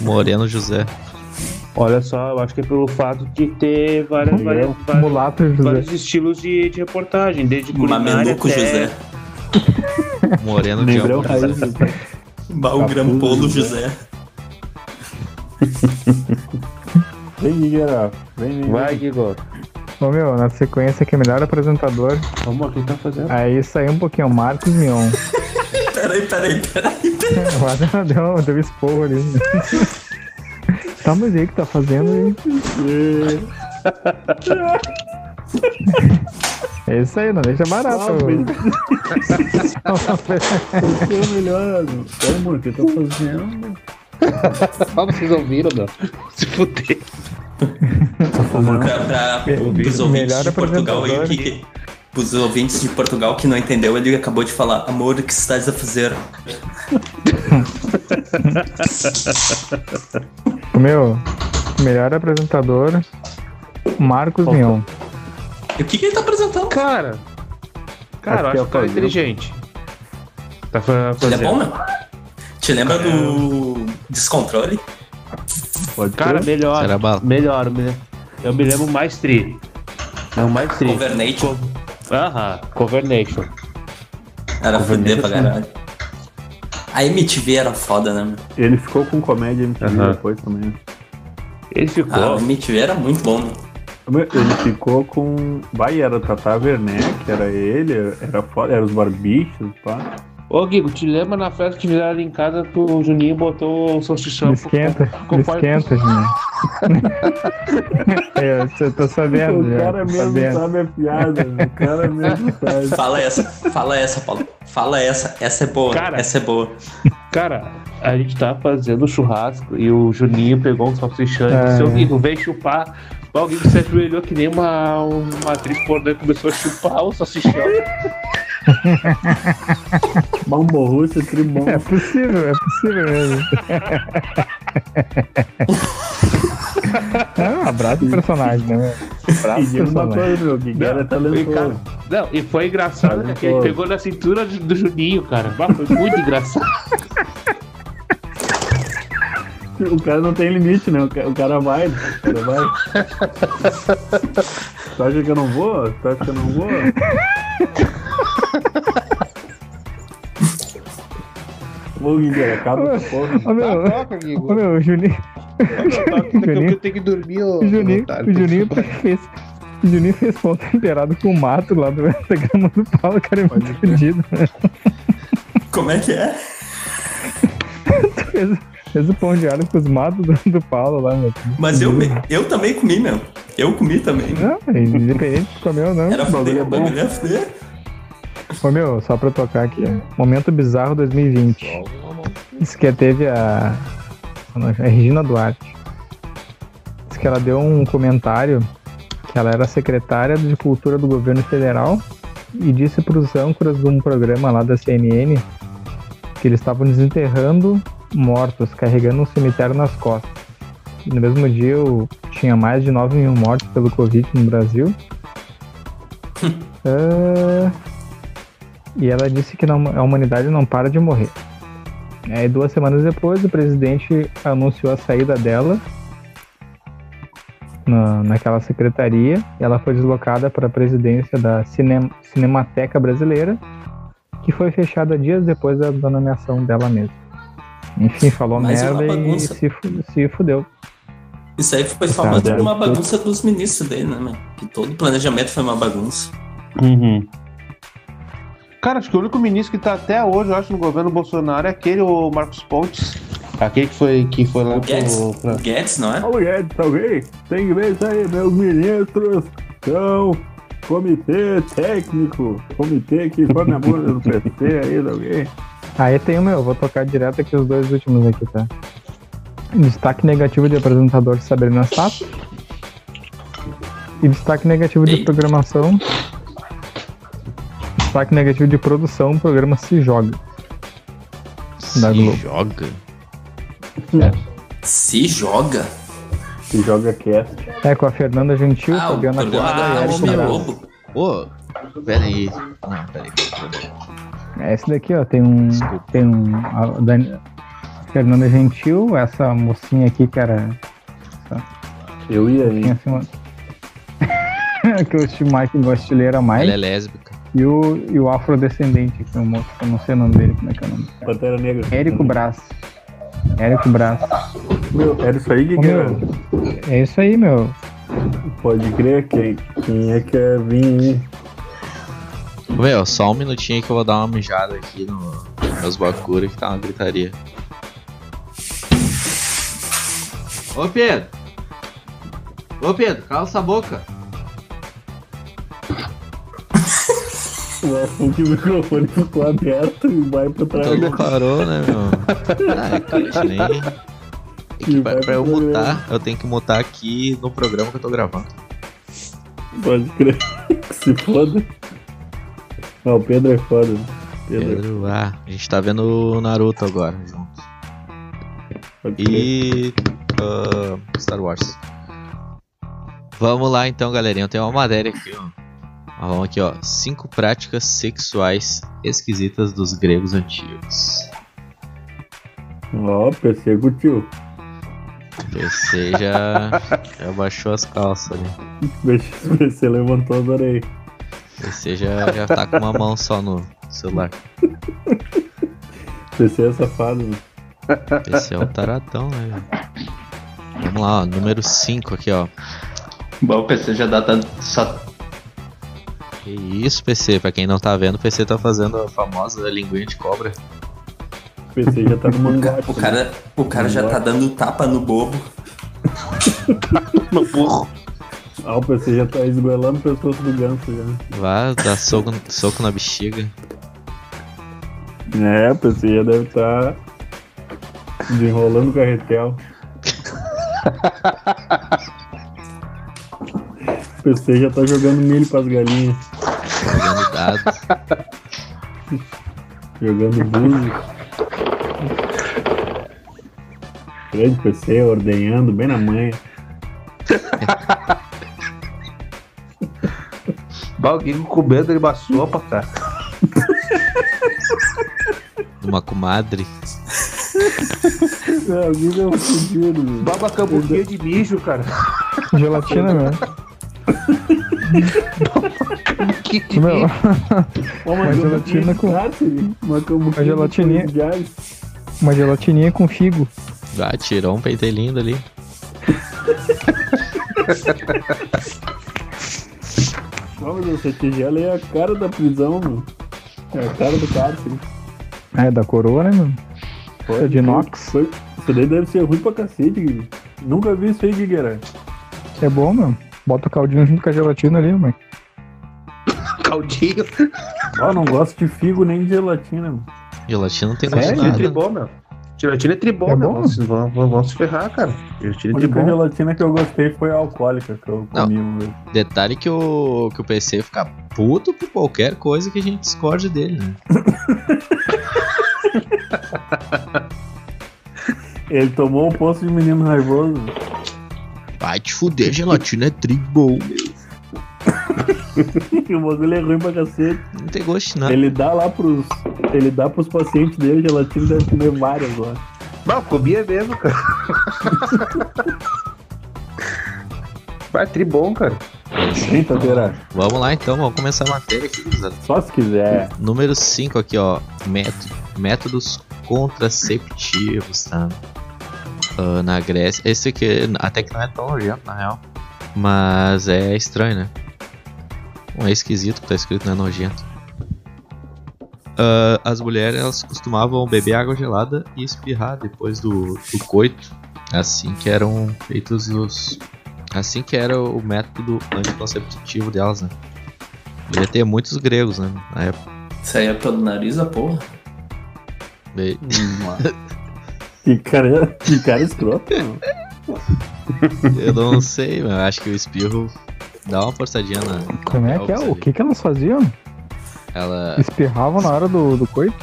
[SPEAKER 3] Moreno José.
[SPEAKER 5] Olha só, eu acho que é pelo fato de ter várias,
[SPEAKER 1] Hum.
[SPEAKER 5] várias, várias-
[SPEAKER 2] Mulato José.
[SPEAKER 5] vários estilos de, de reportagem, desde culinária
[SPEAKER 4] Mameluco
[SPEAKER 5] até...
[SPEAKER 4] José.
[SPEAKER 3] Moreno de
[SPEAKER 1] Negrão
[SPEAKER 3] Alcântara.
[SPEAKER 1] Raiz.
[SPEAKER 4] Baú
[SPEAKER 1] Capuzo
[SPEAKER 4] Grampolo
[SPEAKER 1] José.
[SPEAKER 4] José.
[SPEAKER 1] Vem, Guigueira. Vem, vem.
[SPEAKER 5] Vai, Igor.
[SPEAKER 2] Ô, meu, na sequência que é melhor apresentador.
[SPEAKER 5] Vamos, o que tá fazendo?
[SPEAKER 2] Aí saiu um pouquinho. Marcos Mion.
[SPEAKER 4] Peraí, peraí, peraí.
[SPEAKER 2] Quase ela deu, deu esporro ali. tá, mas e aí o que tá fazendo aí? É isso aí, não deixa barato.
[SPEAKER 1] Você é o melhor. Ô, amor, o um que eu tô fazendo?
[SPEAKER 5] Ah, vocês ouviram, meu? (laughs) Se fuder.
[SPEAKER 4] Pra, pra, pros
[SPEAKER 2] Me-
[SPEAKER 4] ouvintes
[SPEAKER 2] melhor
[SPEAKER 4] de Portugal aí, o que, que pros ouvintes de Portugal que não entendeu, ele acabou de falar, amor, o que estás a fazer?
[SPEAKER 2] O meu, melhor apresentador, Marcos Mion.
[SPEAKER 4] E o que, que ele tá apresentando?
[SPEAKER 5] Cara, cara, eu
[SPEAKER 1] Acho que é
[SPEAKER 5] acho
[SPEAKER 1] o
[SPEAKER 5] que tá
[SPEAKER 1] Fazenda.
[SPEAKER 5] inteligente. Tá fa-
[SPEAKER 4] Ele é
[SPEAKER 5] fazendo.
[SPEAKER 4] bom, meu? Te
[SPEAKER 2] É.
[SPEAKER 4] lembra do Descontrole?
[SPEAKER 1] Pode
[SPEAKER 5] Cara,
[SPEAKER 1] ser.
[SPEAKER 5] melhor.
[SPEAKER 3] Será bala?
[SPEAKER 5] Melhor, me- eu me lembro mais tri. Não, mais tri.
[SPEAKER 4] Covernation?
[SPEAKER 5] Co- Aham, Covernation.
[SPEAKER 4] Era foder pra caralho. A MTV era foda, né, meu?
[SPEAKER 1] Ele ficou com comédia MTV
[SPEAKER 5] Aham.
[SPEAKER 1] depois também. né?
[SPEAKER 5] Ele ficou.
[SPEAKER 4] A MTV era muito bom, meu.
[SPEAKER 1] Ele ficou com. Vai, era Tata Werneck, era ele, era foda, era os barbichos, pá.
[SPEAKER 5] Ô, Guigo, te lembra na festa que fizeram ali em casa que o Juninho botou o salsichão
[SPEAKER 2] Me
[SPEAKER 5] com-
[SPEAKER 2] esquenta,
[SPEAKER 5] com
[SPEAKER 2] me
[SPEAKER 5] fora-
[SPEAKER 2] esquenta, (laughs) Juninho. Eu, eu tô sabendo,
[SPEAKER 1] o
[SPEAKER 2] já,
[SPEAKER 1] cara
[SPEAKER 2] tô
[SPEAKER 1] mesmo tá
[SPEAKER 2] sabendo.
[SPEAKER 1] sabe a piada, né? o cara mesmo sabe.
[SPEAKER 4] Fala essa, fala essa, Paulo. Fala essa, essa é boa,
[SPEAKER 5] Cara.
[SPEAKER 4] essa é boa.
[SPEAKER 5] Cara, a gente tá fazendo churrasco e o Juninho pegou um salsichão e
[SPEAKER 2] É.
[SPEAKER 5] disse: Ô, Guigo, vem chupar. Ó, O Guigo se ajoelhou que nem uma, uma atriz pornô e começou a chupar o (laughs) salsichão.
[SPEAKER 1] Mambo Russo, tribom.
[SPEAKER 2] É possível, é possível mesmo. é um abraço o personagem, né? meu?
[SPEAKER 1] E
[SPEAKER 2] Abraço o
[SPEAKER 1] digo uma
[SPEAKER 2] personagem.
[SPEAKER 1] coisa, meu, o Guigueira é
[SPEAKER 5] e, cara,
[SPEAKER 1] talentoso.
[SPEAKER 5] não, e foi engraçado né,
[SPEAKER 1] Olha,
[SPEAKER 5] que ele
[SPEAKER 1] pô.
[SPEAKER 5] pegou na cintura do, do Juninho, cara. Bah, Foi muito engraçado. (laughs)
[SPEAKER 1] O cara não tem limite, né? O ca- o cara vai, né? o cara vai. tu acha que eu não vou? Tu acha que eu não (laughs) vou? Ô, Guigueira, acaba essa porra.
[SPEAKER 2] Ô meu, ô, meu, o Juninho, Juninho.
[SPEAKER 5] Eu tenho que dormir, ô.
[SPEAKER 2] o Juninho,
[SPEAKER 5] otário.
[SPEAKER 2] o Juninho fez. O Juninho fez ponto inteirado com o mato lá do, (laughs) da grama do pau, o cara é muito fedido.
[SPEAKER 4] Como é que é?
[SPEAKER 2] Fez, fez o pão de alho com os matos do, do Paulo lá, meu.
[SPEAKER 4] Mas eu, me- eu também comi, meu. Eu comi também.
[SPEAKER 2] Não, independente de comer ou não.
[SPEAKER 4] Era
[SPEAKER 1] bagulho
[SPEAKER 4] foder,
[SPEAKER 1] é
[SPEAKER 4] o bagulho era foder.
[SPEAKER 2] Ô meu, só pra tocar aqui. Momento bizarro 2020. Diz que teve a. A Regina Duarte. Diz que ela deu um comentário que ela era secretária de cultura do governo federal e disse pros âncoras de um programa lá da CNN que eles estavam desenterrando mortos, carregando um cemitério nas costas. E no mesmo dia eu tinha mais de 9 mil mortos pelo Covid no Brasil.
[SPEAKER 4] (laughs)
[SPEAKER 2] Ah, e ela disse que não- a humanidade não para de morrer. Aí duas semanas depois o presidente anunciou a saída dela na, naquela secretaria. Ela foi deslocada para a presidência da Cine- Cinemateca Brasileira, que foi fechada dias depois da, da nomeação dela mesma. Enfim, falou
[SPEAKER 4] Mais uma
[SPEAKER 2] merda e
[SPEAKER 4] bagunça.
[SPEAKER 2] se, fu- se fudeu.
[SPEAKER 4] Isso aí foi famoso
[SPEAKER 1] Cara,
[SPEAKER 4] por uma
[SPEAKER 1] eu-
[SPEAKER 4] bagunça dos ministros dele, né, meu? Que todo o planejamento foi uma bagunça.
[SPEAKER 5] Uhum. Cara, acho que o único ministro que tá até hoje, eu acho, no governo Bolsonaro é aquele, o Marcos Pontes. Aquele que foi, que foi lá
[SPEAKER 4] O Guedes,
[SPEAKER 5] pro, pra-
[SPEAKER 4] o Guedes, não é?
[SPEAKER 1] Paulo Guedes, alguém tem que ver isso aí, meus ministros são comitê técnico, comitê que come a bunda do PT aí, alguém.
[SPEAKER 2] Aí tem o meu, vou tocar direto aqui os dois últimos aqui, tá? Destaque negativo de apresentador Sabrina Sato. E destaque negativo de
[SPEAKER 4] Ei.
[SPEAKER 2] programação. Destaque negativo de produção, programa Se Joga. Da Globo.
[SPEAKER 3] Se joga.
[SPEAKER 4] Se joga.
[SPEAKER 1] Se joga cast.
[SPEAKER 2] É, com a Fernanda Gentil,
[SPEAKER 4] Ah, o
[SPEAKER 2] Fabiana
[SPEAKER 4] programa
[SPEAKER 2] Clara
[SPEAKER 4] da
[SPEAKER 2] e Eric
[SPEAKER 4] Homem
[SPEAKER 2] Braga.
[SPEAKER 4] Lobo.
[SPEAKER 3] Ô, pera aí. Não, pera aí.
[SPEAKER 2] É, esse daqui, ó, tem um.
[SPEAKER 3] Desculpa.
[SPEAKER 2] Tem um. A Dan- Fernanda Gentil, essa mocinha aqui que era.
[SPEAKER 1] Eu ia
[SPEAKER 2] Tinha
[SPEAKER 1] aí.
[SPEAKER 2] assim uma. (laughs) que o Schumacher gosta de ler era mais.
[SPEAKER 3] Ela é lésbica.
[SPEAKER 2] E o, e o afrodescendente, que é um moço, que eu não sei o nome dele, como é que é o nome?
[SPEAKER 1] Pantera Negra.
[SPEAKER 2] Érico Brás. Érico Brás.
[SPEAKER 1] Meu, era isso aí,
[SPEAKER 2] Ô, meu,
[SPEAKER 1] Guilherme.
[SPEAKER 2] é isso aí, meu.
[SPEAKER 1] Pode crer quem, quem é que quer vir aí.
[SPEAKER 3] Meu, só um minutinho que eu vou dar uma mijada aqui no, nos Bakura que tá uma gritaria. Ô Pedro! Ô Pedro, cala essa boca!
[SPEAKER 1] Nossa, que o microfone ficou aberto e vai pra trás.
[SPEAKER 3] Todo parou, né, meu? Ah, é que eu nem- É que pra, pra eu mutar, eu tenho que mutar aqui no programa que eu tô gravando.
[SPEAKER 1] Pode crer. Que se foda. Não, o Pedro é foda. Pedro,
[SPEAKER 3] Pedro, ah, a gente tá vendo o Naruto agora junto.
[SPEAKER 1] pode crer.
[SPEAKER 3] E. ah, Star Wars. Vamos lá então, galerinha. Eu tenho uma matéria aqui, ó. Ó, Vamos aqui, ó. Cinco práticas sexuais esquisitas dos gregos antigos.
[SPEAKER 1] Ó, persecutivo.
[SPEAKER 3] PC já, já baixou as calças né? ali.
[SPEAKER 1] Você levantou, adorei.
[SPEAKER 3] PC já, já tá com uma mão só no celular.
[SPEAKER 1] PC é safado, né?
[SPEAKER 3] PC é um taratão, né? velho? Vamos lá, ó. Número 5 aqui, ó.
[SPEAKER 4] Bom, o PC já dá tá, só
[SPEAKER 3] Que isso, PC. Pra quem não tá vendo, o PC tá fazendo a famosa linguinha de cobra.
[SPEAKER 1] PC já tá no
[SPEAKER 4] (laughs) O ca-
[SPEAKER 1] mangá.
[SPEAKER 4] O cara, o cara já tá dando tapa no bobo.
[SPEAKER 1] Ah, o PC já tá esgoelando o pescoço do ganso já.
[SPEAKER 3] Vá dar soco, soco na bexiga.
[SPEAKER 1] É, o PC já deve tá estar desenrolando o (laughs) carretel. O PC já tá jogando milho pras galinhas,
[SPEAKER 3] Jogando dado.
[SPEAKER 1] jogando búzio. Grande PC, ordenhando, bem na manha.
[SPEAKER 5] Alguém com medo ele passou pra cá.
[SPEAKER 3] Uma comadre.
[SPEAKER 1] Meu amigo é um fudido, meu.
[SPEAKER 5] Baba cambuquinha de mijo, cara.
[SPEAKER 2] Gelatina, meu.
[SPEAKER 5] Que é?
[SPEAKER 2] meu.
[SPEAKER 1] Uma
[SPEAKER 2] gelatina com-
[SPEAKER 1] Uma
[SPEAKER 2] Uma gelatininha.
[SPEAKER 1] gelatininha. de um gás.
[SPEAKER 2] Uma gelatininha com figo.
[SPEAKER 3] Ah, tirou um peitei lindo ali.
[SPEAKER 1] Não, mas essa tigela é a cara da prisão, mano. É a cara do cárcere.
[SPEAKER 2] É, da coroa, né, meu? É de inox.
[SPEAKER 1] Foi- Isso daí deve ser ruim pra cacete, Gui. Nunca vi isso aí, Guigueira.
[SPEAKER 2] É bom, meu. Bota o caldinho junto com a gelatina ali, mano.
[SPEAKER 5] (laughs) caldinho.
[SPEAKER 1] Ó, não gosto de figo nem de gelatina, mano.
[SPEAKER 3] Gelatina não tem gosto de
[SPEAKER 5] Sério? É
[SPEAKER 3] nada.
[SPEAKER 5] tribom, meu. Gelatina é tribom,
[SPEAKER 2] É
[SPEAKER 5] meu.
[SPEAKER 2] bom?
[SPEAKER 5] Vamos, vamos, vamos se ferrar, cara.
[SPEAKER 1] A
[SPEAKER 5] Gelatina é
[SPEAKER 1] única
[SPEAKER 5] tribom.
[SPEAKER 1] gelatina que eu gostei foi a alcoólica que eu
[SPEAKER 3] Não.
[SPEAKER 1] comi, mano.
[SPEAKER 3] Detalhe que o, que o PC fica puto por qualquer coisa que a gente discorde dele, né?
[SPEAKER 1] Ele tomou o posto de menino raivoso. (laughs)
[SPEAKER 3] Vai te fuder, gelatina é tribom.
[SPEAKER 1] o bagulho é ruim pra cacete.
[SPEAKER 3] Não tem gosto de nada.
[SPEAKER 1] Ele dá lá pros. Ele dá pros pacientes dele, gelatina deve comer várias lá.
[SPEAKER 5] Não, comia é mesmo, cara. (laughs) Vai, tribom, cara.
[SPEAKER 1] Brincadeira.
[SPEAKER 3] Vamos lá então, vamos começar a matéria aqui, gurizada.
[SPEAKER 1] Só se quiser.
[SPEAKER 3] Número 5 aqui, ó. Método, métodos contraceptivos, tá? Ah, na Grécia. Esse aqui até que não é tão nojento, na real. Mas é estranho, né? Bom, é esquisito, tá escrito, não é nojento. né? ah, as mulheres elas costumavam beber água gelada e espirrar depois do, do coito, assim que eram feitos os. Assim que era o método anticonceptivo delas, né? Devia ter muitos gregos, né? Na época.
[SPEAKER 4] Isso aí é pelo nariz da porra.
[SPEAKER 3] Be-
[SPEAKER 1] Que cara, que cara escroto, mano.
[SPEAKER 3] (laughs) Eu não sei, mas eu acho que o espirro dá uma forçadinha na. na
[SPEAKER 2] Como é que é?
[SPEAKER 3] pelvis
[SPEAKER 2] O
[SPEAKER 3] ali.
[SPEAKER 2] que, que elas faziam?
[SPEAKER 3] Ela,
[SPEAKER 2] Espirravam na hora do, do coito?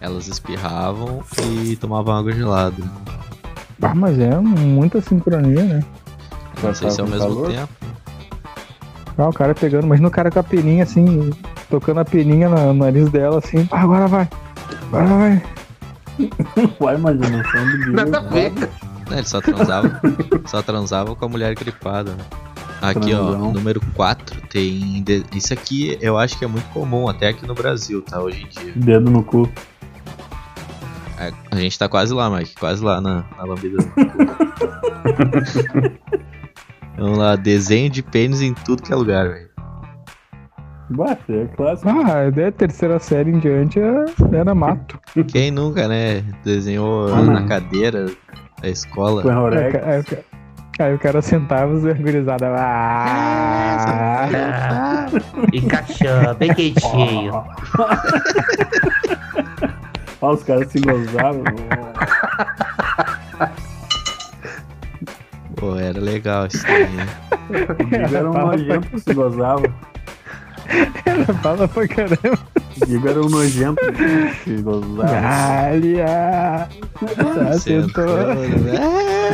[SPEAKER 3] elas espirravam e tomavam água gelada.
[SPEAKER 2] Ah, mas é muita sincronia, né?
[SPEAKER 3] Não sei se é ao
[SPEAKER 1] Passavam
[SPEAKER 3] mesmo
[SPEAKER 1] calor?
[SPEAKER 3] tempo.
[SPEAKER 2] Ah, o cara pegando, imagina o cara com a peninha assim, tocando a peninha na- no nariz dela assim, "Ah, agora vai, agora vai.
[SPEAKER 1] Vai a imaginação do Diego.
[SPEAKER 5] Nada a ver.
[SPEAKER 3] Né, ele só transava, só transava com a mulher gripada. né? Aqui, ó,
[SPEAKER 1] Transão.
[SPEAKER 3] número 4 tem. de- Isso aqui eu acho que é muito comum, até aqui no Brasil, tá? Hoje em dia.
[SPEAKER 1] Dedo no cu.
[SPEAKER 3] A, a gente tá quase lá, Mike, quase lá na, na
[SPEAKER 1] (laughs)
[SPEAKER 3] lambida. Vamos lá, desenho de pênis em tudo que é lugar, velho.
[SPEAKER 1] Bate, é clássico.
[SPEAKER 2] Ah, da terceira série em diante é- era mato.
[SPEAKER 3] Quem nunca, né? Desenhou
[SPEAKER 1] Ah,
[SPEAKER 3] na
[SPEAKER 1] não.
[SPEAKER 3] cadeira da escola.
[SPEAKER 2] Aí
[SPEAKER 1] (laughs)
[SPEAKER 2] o
[SPEAKER 1] Clorox.
[SPEAKER 2] ca- aí o ca- Aí o cara sentava os gurizada. Ah,
[SPEAKER 5] Encaixando, bem quentinho.
[SPEAKER 1] Ah, os caras se (laughs) gozavam.
[SPEAKER 3] Pô, era legal isso daí, né?
[SPEAKER 1] O Diego era um
[SPEAKER 2] Fala pra-
[SPEAKER 1] nojento que se gozava.
[SPEAKER 2] fala pra caramba.
[SPEAKER 1] O Diego era um nojento que se gozava.
[SPEAKER 2] Alia. (laughs) Tá,
[SPEAKER 3] é
[SPEAKER 2] sentou.
[SPEAKER 3] né?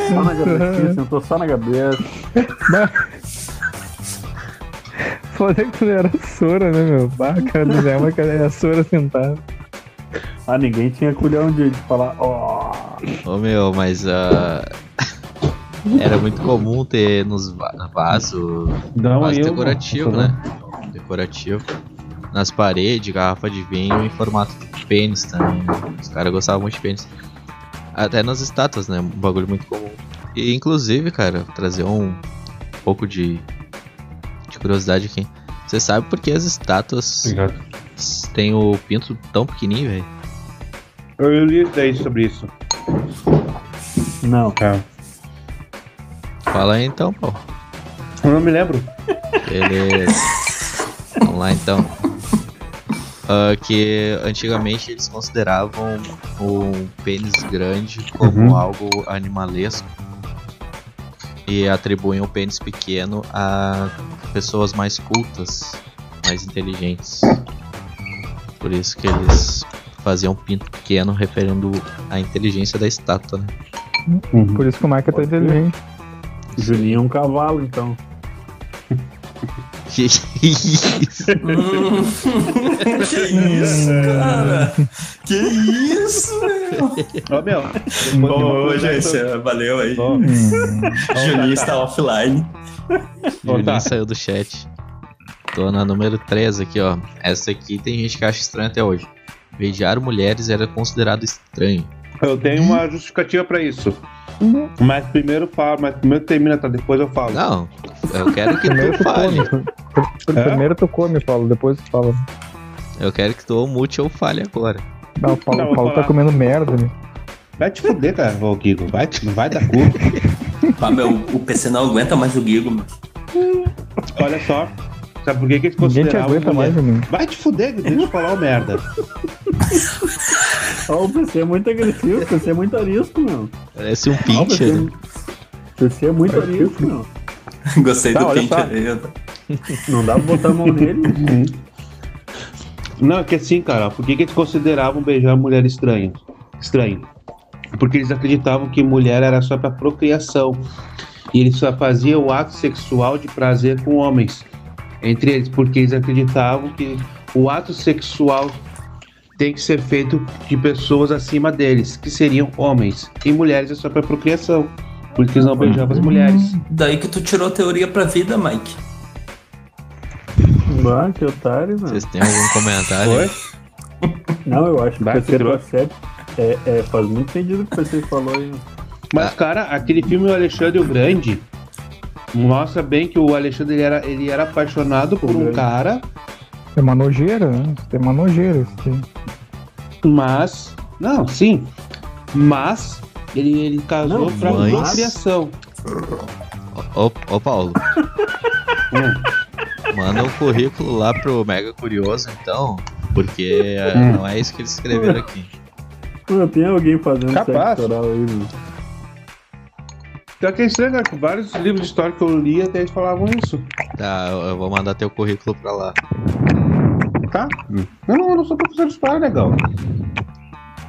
[SPEAKER 1] Só na cabeça, sentou só na cabeça.
[SPEAKER 2] Foda que ele era Sora, né, meu? Bah, o cara desenhava, mas cara era Sora sentado.
[SPEAKER 1] Ah, ninguém tinha culhão de de falar, ó.
[SPEAKER 3] Ô meu, mas ah, (laughs) era muito comum ter nos va- vaso,
[SPEAKER 5] (laughs) Não,
[SPEAKER 3] vaso
[SPEAKER 5] Então eu.
[SPEAKER 3] decorativo, né? Decorativo. Nas paredes, garrafa de vinho em formato de pênis também. né? Os caras gostavam muito de pênis. Até nas estátuas, né? Um bagulho muito comum. E inclusive, cara, trazer um pouco de, de curiosidade aqui. Você sabe por que as estátuas
[SPEAKER 5] Obrigado.
[SPEAKER 3] têm o pinto tão pequenininho, velho?
[SPEAKER 5] Eu li daí sobre isso.
[SPEAKER 1] Não.
[SPEAKER 5] Tá.
[SPEAKER 3] Fala aí então, pô.
[SPEAKER 5] Eu não me lembro.
[SPEAKER 3] Beleza. Vamos lá então. Ah, que antigamente eles consideravam o pênis grande como
[SPEAKER 5] Uhum.
[SPEAKER 3] algo animalesco e atribuem o pênis pequeno a pessoas mais cultas, mais inteligentes. Por isso que eles faziam pinto pequeno referindo à inteligência da estátua, né? (laughs)
[SPEAKER 2] Por isso que o Mike é tão inteligente.
[SPEAKER 1] Juninho é um cavalo, então.
[SPEAKER 3] Que isso?
[SPEAKER 4] Hum. que isso, cara? Que isso, meu?
[SPEAKER 5] Ó, (laughs) meu.
[SPEAKER 4] Ô, gente, valeu aí.
[SPEAKER 5] Ó,
[SPEAKER 4] Juninho está offline.
[SPEAKER 5] Ó,
[SPEAKER 3] Ele
[SPEAKER 5] tá.
[SPEAKER 3] nem saiu do chat. Tô na número 3 aqui, ó. Essa aqui tem gente que acha estranha até hoje. Beijar mulheres era considerado estranho.
[SPEAKER 5] Eu tenho uma justificativa pra isso. Mas primeiro fala, mas primeiro termina, tá? Depois eu falo.
[SPEAKER 3] Não, eu quero que
[SPEAKER 2] Primeiro
[SPEAKER 3] tu
[SPEAKER 2] tu
[SPEAKER 3] fale.
[SPEAKER 2] come. Pr- pr-
[SPEAKER 5] É?
[SPEAKER 2] Primeiro tu come, Paulo, depois tu fala.
[SPEAKER 3] Eu quero que tu mute ou fale agora.
[SPEAKER 2] Ah,
[SPEAKER 5] (laughs)
[SPEAKER 2] o Paulo,
[SPEAKER 5] Não,
[SPEAKER 2] o Paulo
[SPEAKER 5] vou
[SPEAKER 2] tá
[SPEAKER 5] falar.
[SPEAKER 2] comendo merda, né?
[SPEAKER 5] Vai te foder, cara, ô Guigo. Vai, vai dar cu.
[SPEAKER 4] Ah, meu, o PC não aguenta mais o Guigo, meu.
[SPEAKER 5] Olha só. Sabe por que, que
[SPEAKER 2] Ninguém te
[SPEAKER 5] eles consideravam
[SPEAKER 2] aguenta
[SPEAKER 5] mulher?
[SPEAKER 2] mais, né? Juninho.
[SPEAKER 5] Vai te fuder, Guigo, deixa eu falar o merda.
[SPEAKER 1] Ó, o PC é muito agressivo, o PC é muito arisco, meu.
[SPEAKER 3] Parece um
[SPEAKER 1] Ó, o
[SPEAKER 3] pincher. né?
[SPEAKER 1] PC é muito arisco, meu.
[SPEAKER 4] (laughs) Gostei
[SPEAKER 5] Tá,
[SPEAKER 4] do
[SPEAKER 5] olha
[SPEAKER 4] pente
[SPEAKER 5] só.
[SPEAKER 4] aí.
[SPEAKER 1] Não dá pra botar a mão (laughs) nele.
[SPEAKER 5] Não, é que assim, cara, por que, que eles consideravam beijar mulher estranho? Estranho. Porque eles acreditavam que mulher era só pra procriação. E eles só faziam o ato sexual de prazer com homens. Entre eles, porque eles acreditavam que o ato sexual tem que ser feito de pessoas acima deles, que seriam homens. E mulheres é só pra procriação. Porque eles
[SPEAKER 2] Uhum.
[SPEAKER 5] não beijavam as mulheres.
[SPEAKER 4] Daí que tu tirou a teoria pra vida, Mike.
[SPEAKER 1] Bah, que otário, mano.
[SPEAKER 3] Vocês têm algum comentário?
[SPEAKER 5] Foi?
[SPEAKER 1] Não, eu acho que o
[SPEAKER 5] Bah,
[SPEAKER 1] PC
[SPEAKER 5] que
[SPEAKER 1] tá
[SPEAKER 5] droga.
[SPEAKER 1] certo. É, é, faz muito sentido o que o PC falou aí. né?
[SPEAKER 5] Mas, cara, aquele filme O Alexandre o Grande mostra bem que o Alexandre ele era, ele era apaixonado por um
[SPEAKER 1] Grande.
[SPEAKER 5] cara.
[SPEAKER 2] É uma nojeira, né? Isso É uma nojeira. isso aí.
[SPEAKER 5] Mas. Não, sim. Mas ele, ele casou
[SPEAKER 1] Não,
[SPEAKER 5] pra
[SPEAKER 3] mas-
[SPEAKER 5] procriação.
[SPEAKER 3] Ô, ô, Paulo,
[SPEAKER 5] Hum.
[SPEAKER 3] manda um currículo lá pro Mega Curioso, então, porque eh,
[SPEAKER 5] Hum.
[SPEAKER 3] não é isso que eles escreveram aqui.
[SPEAKER 1] Mano, tem alguém fazendo
[SPEAKER 5] Capaz.
[SPEAKER 1] sexo oral aí, né? mano.
[SPEAKER 5] Pior que é estranho, né? Que Vários livros de história que eu li até eles falavam isso.
[SPEAKER 3] Tá, eu eu vou mandar teu currículo pra lá.
[SPEAKER 5] Tá? Eu não, eu não sou professor de história, legal.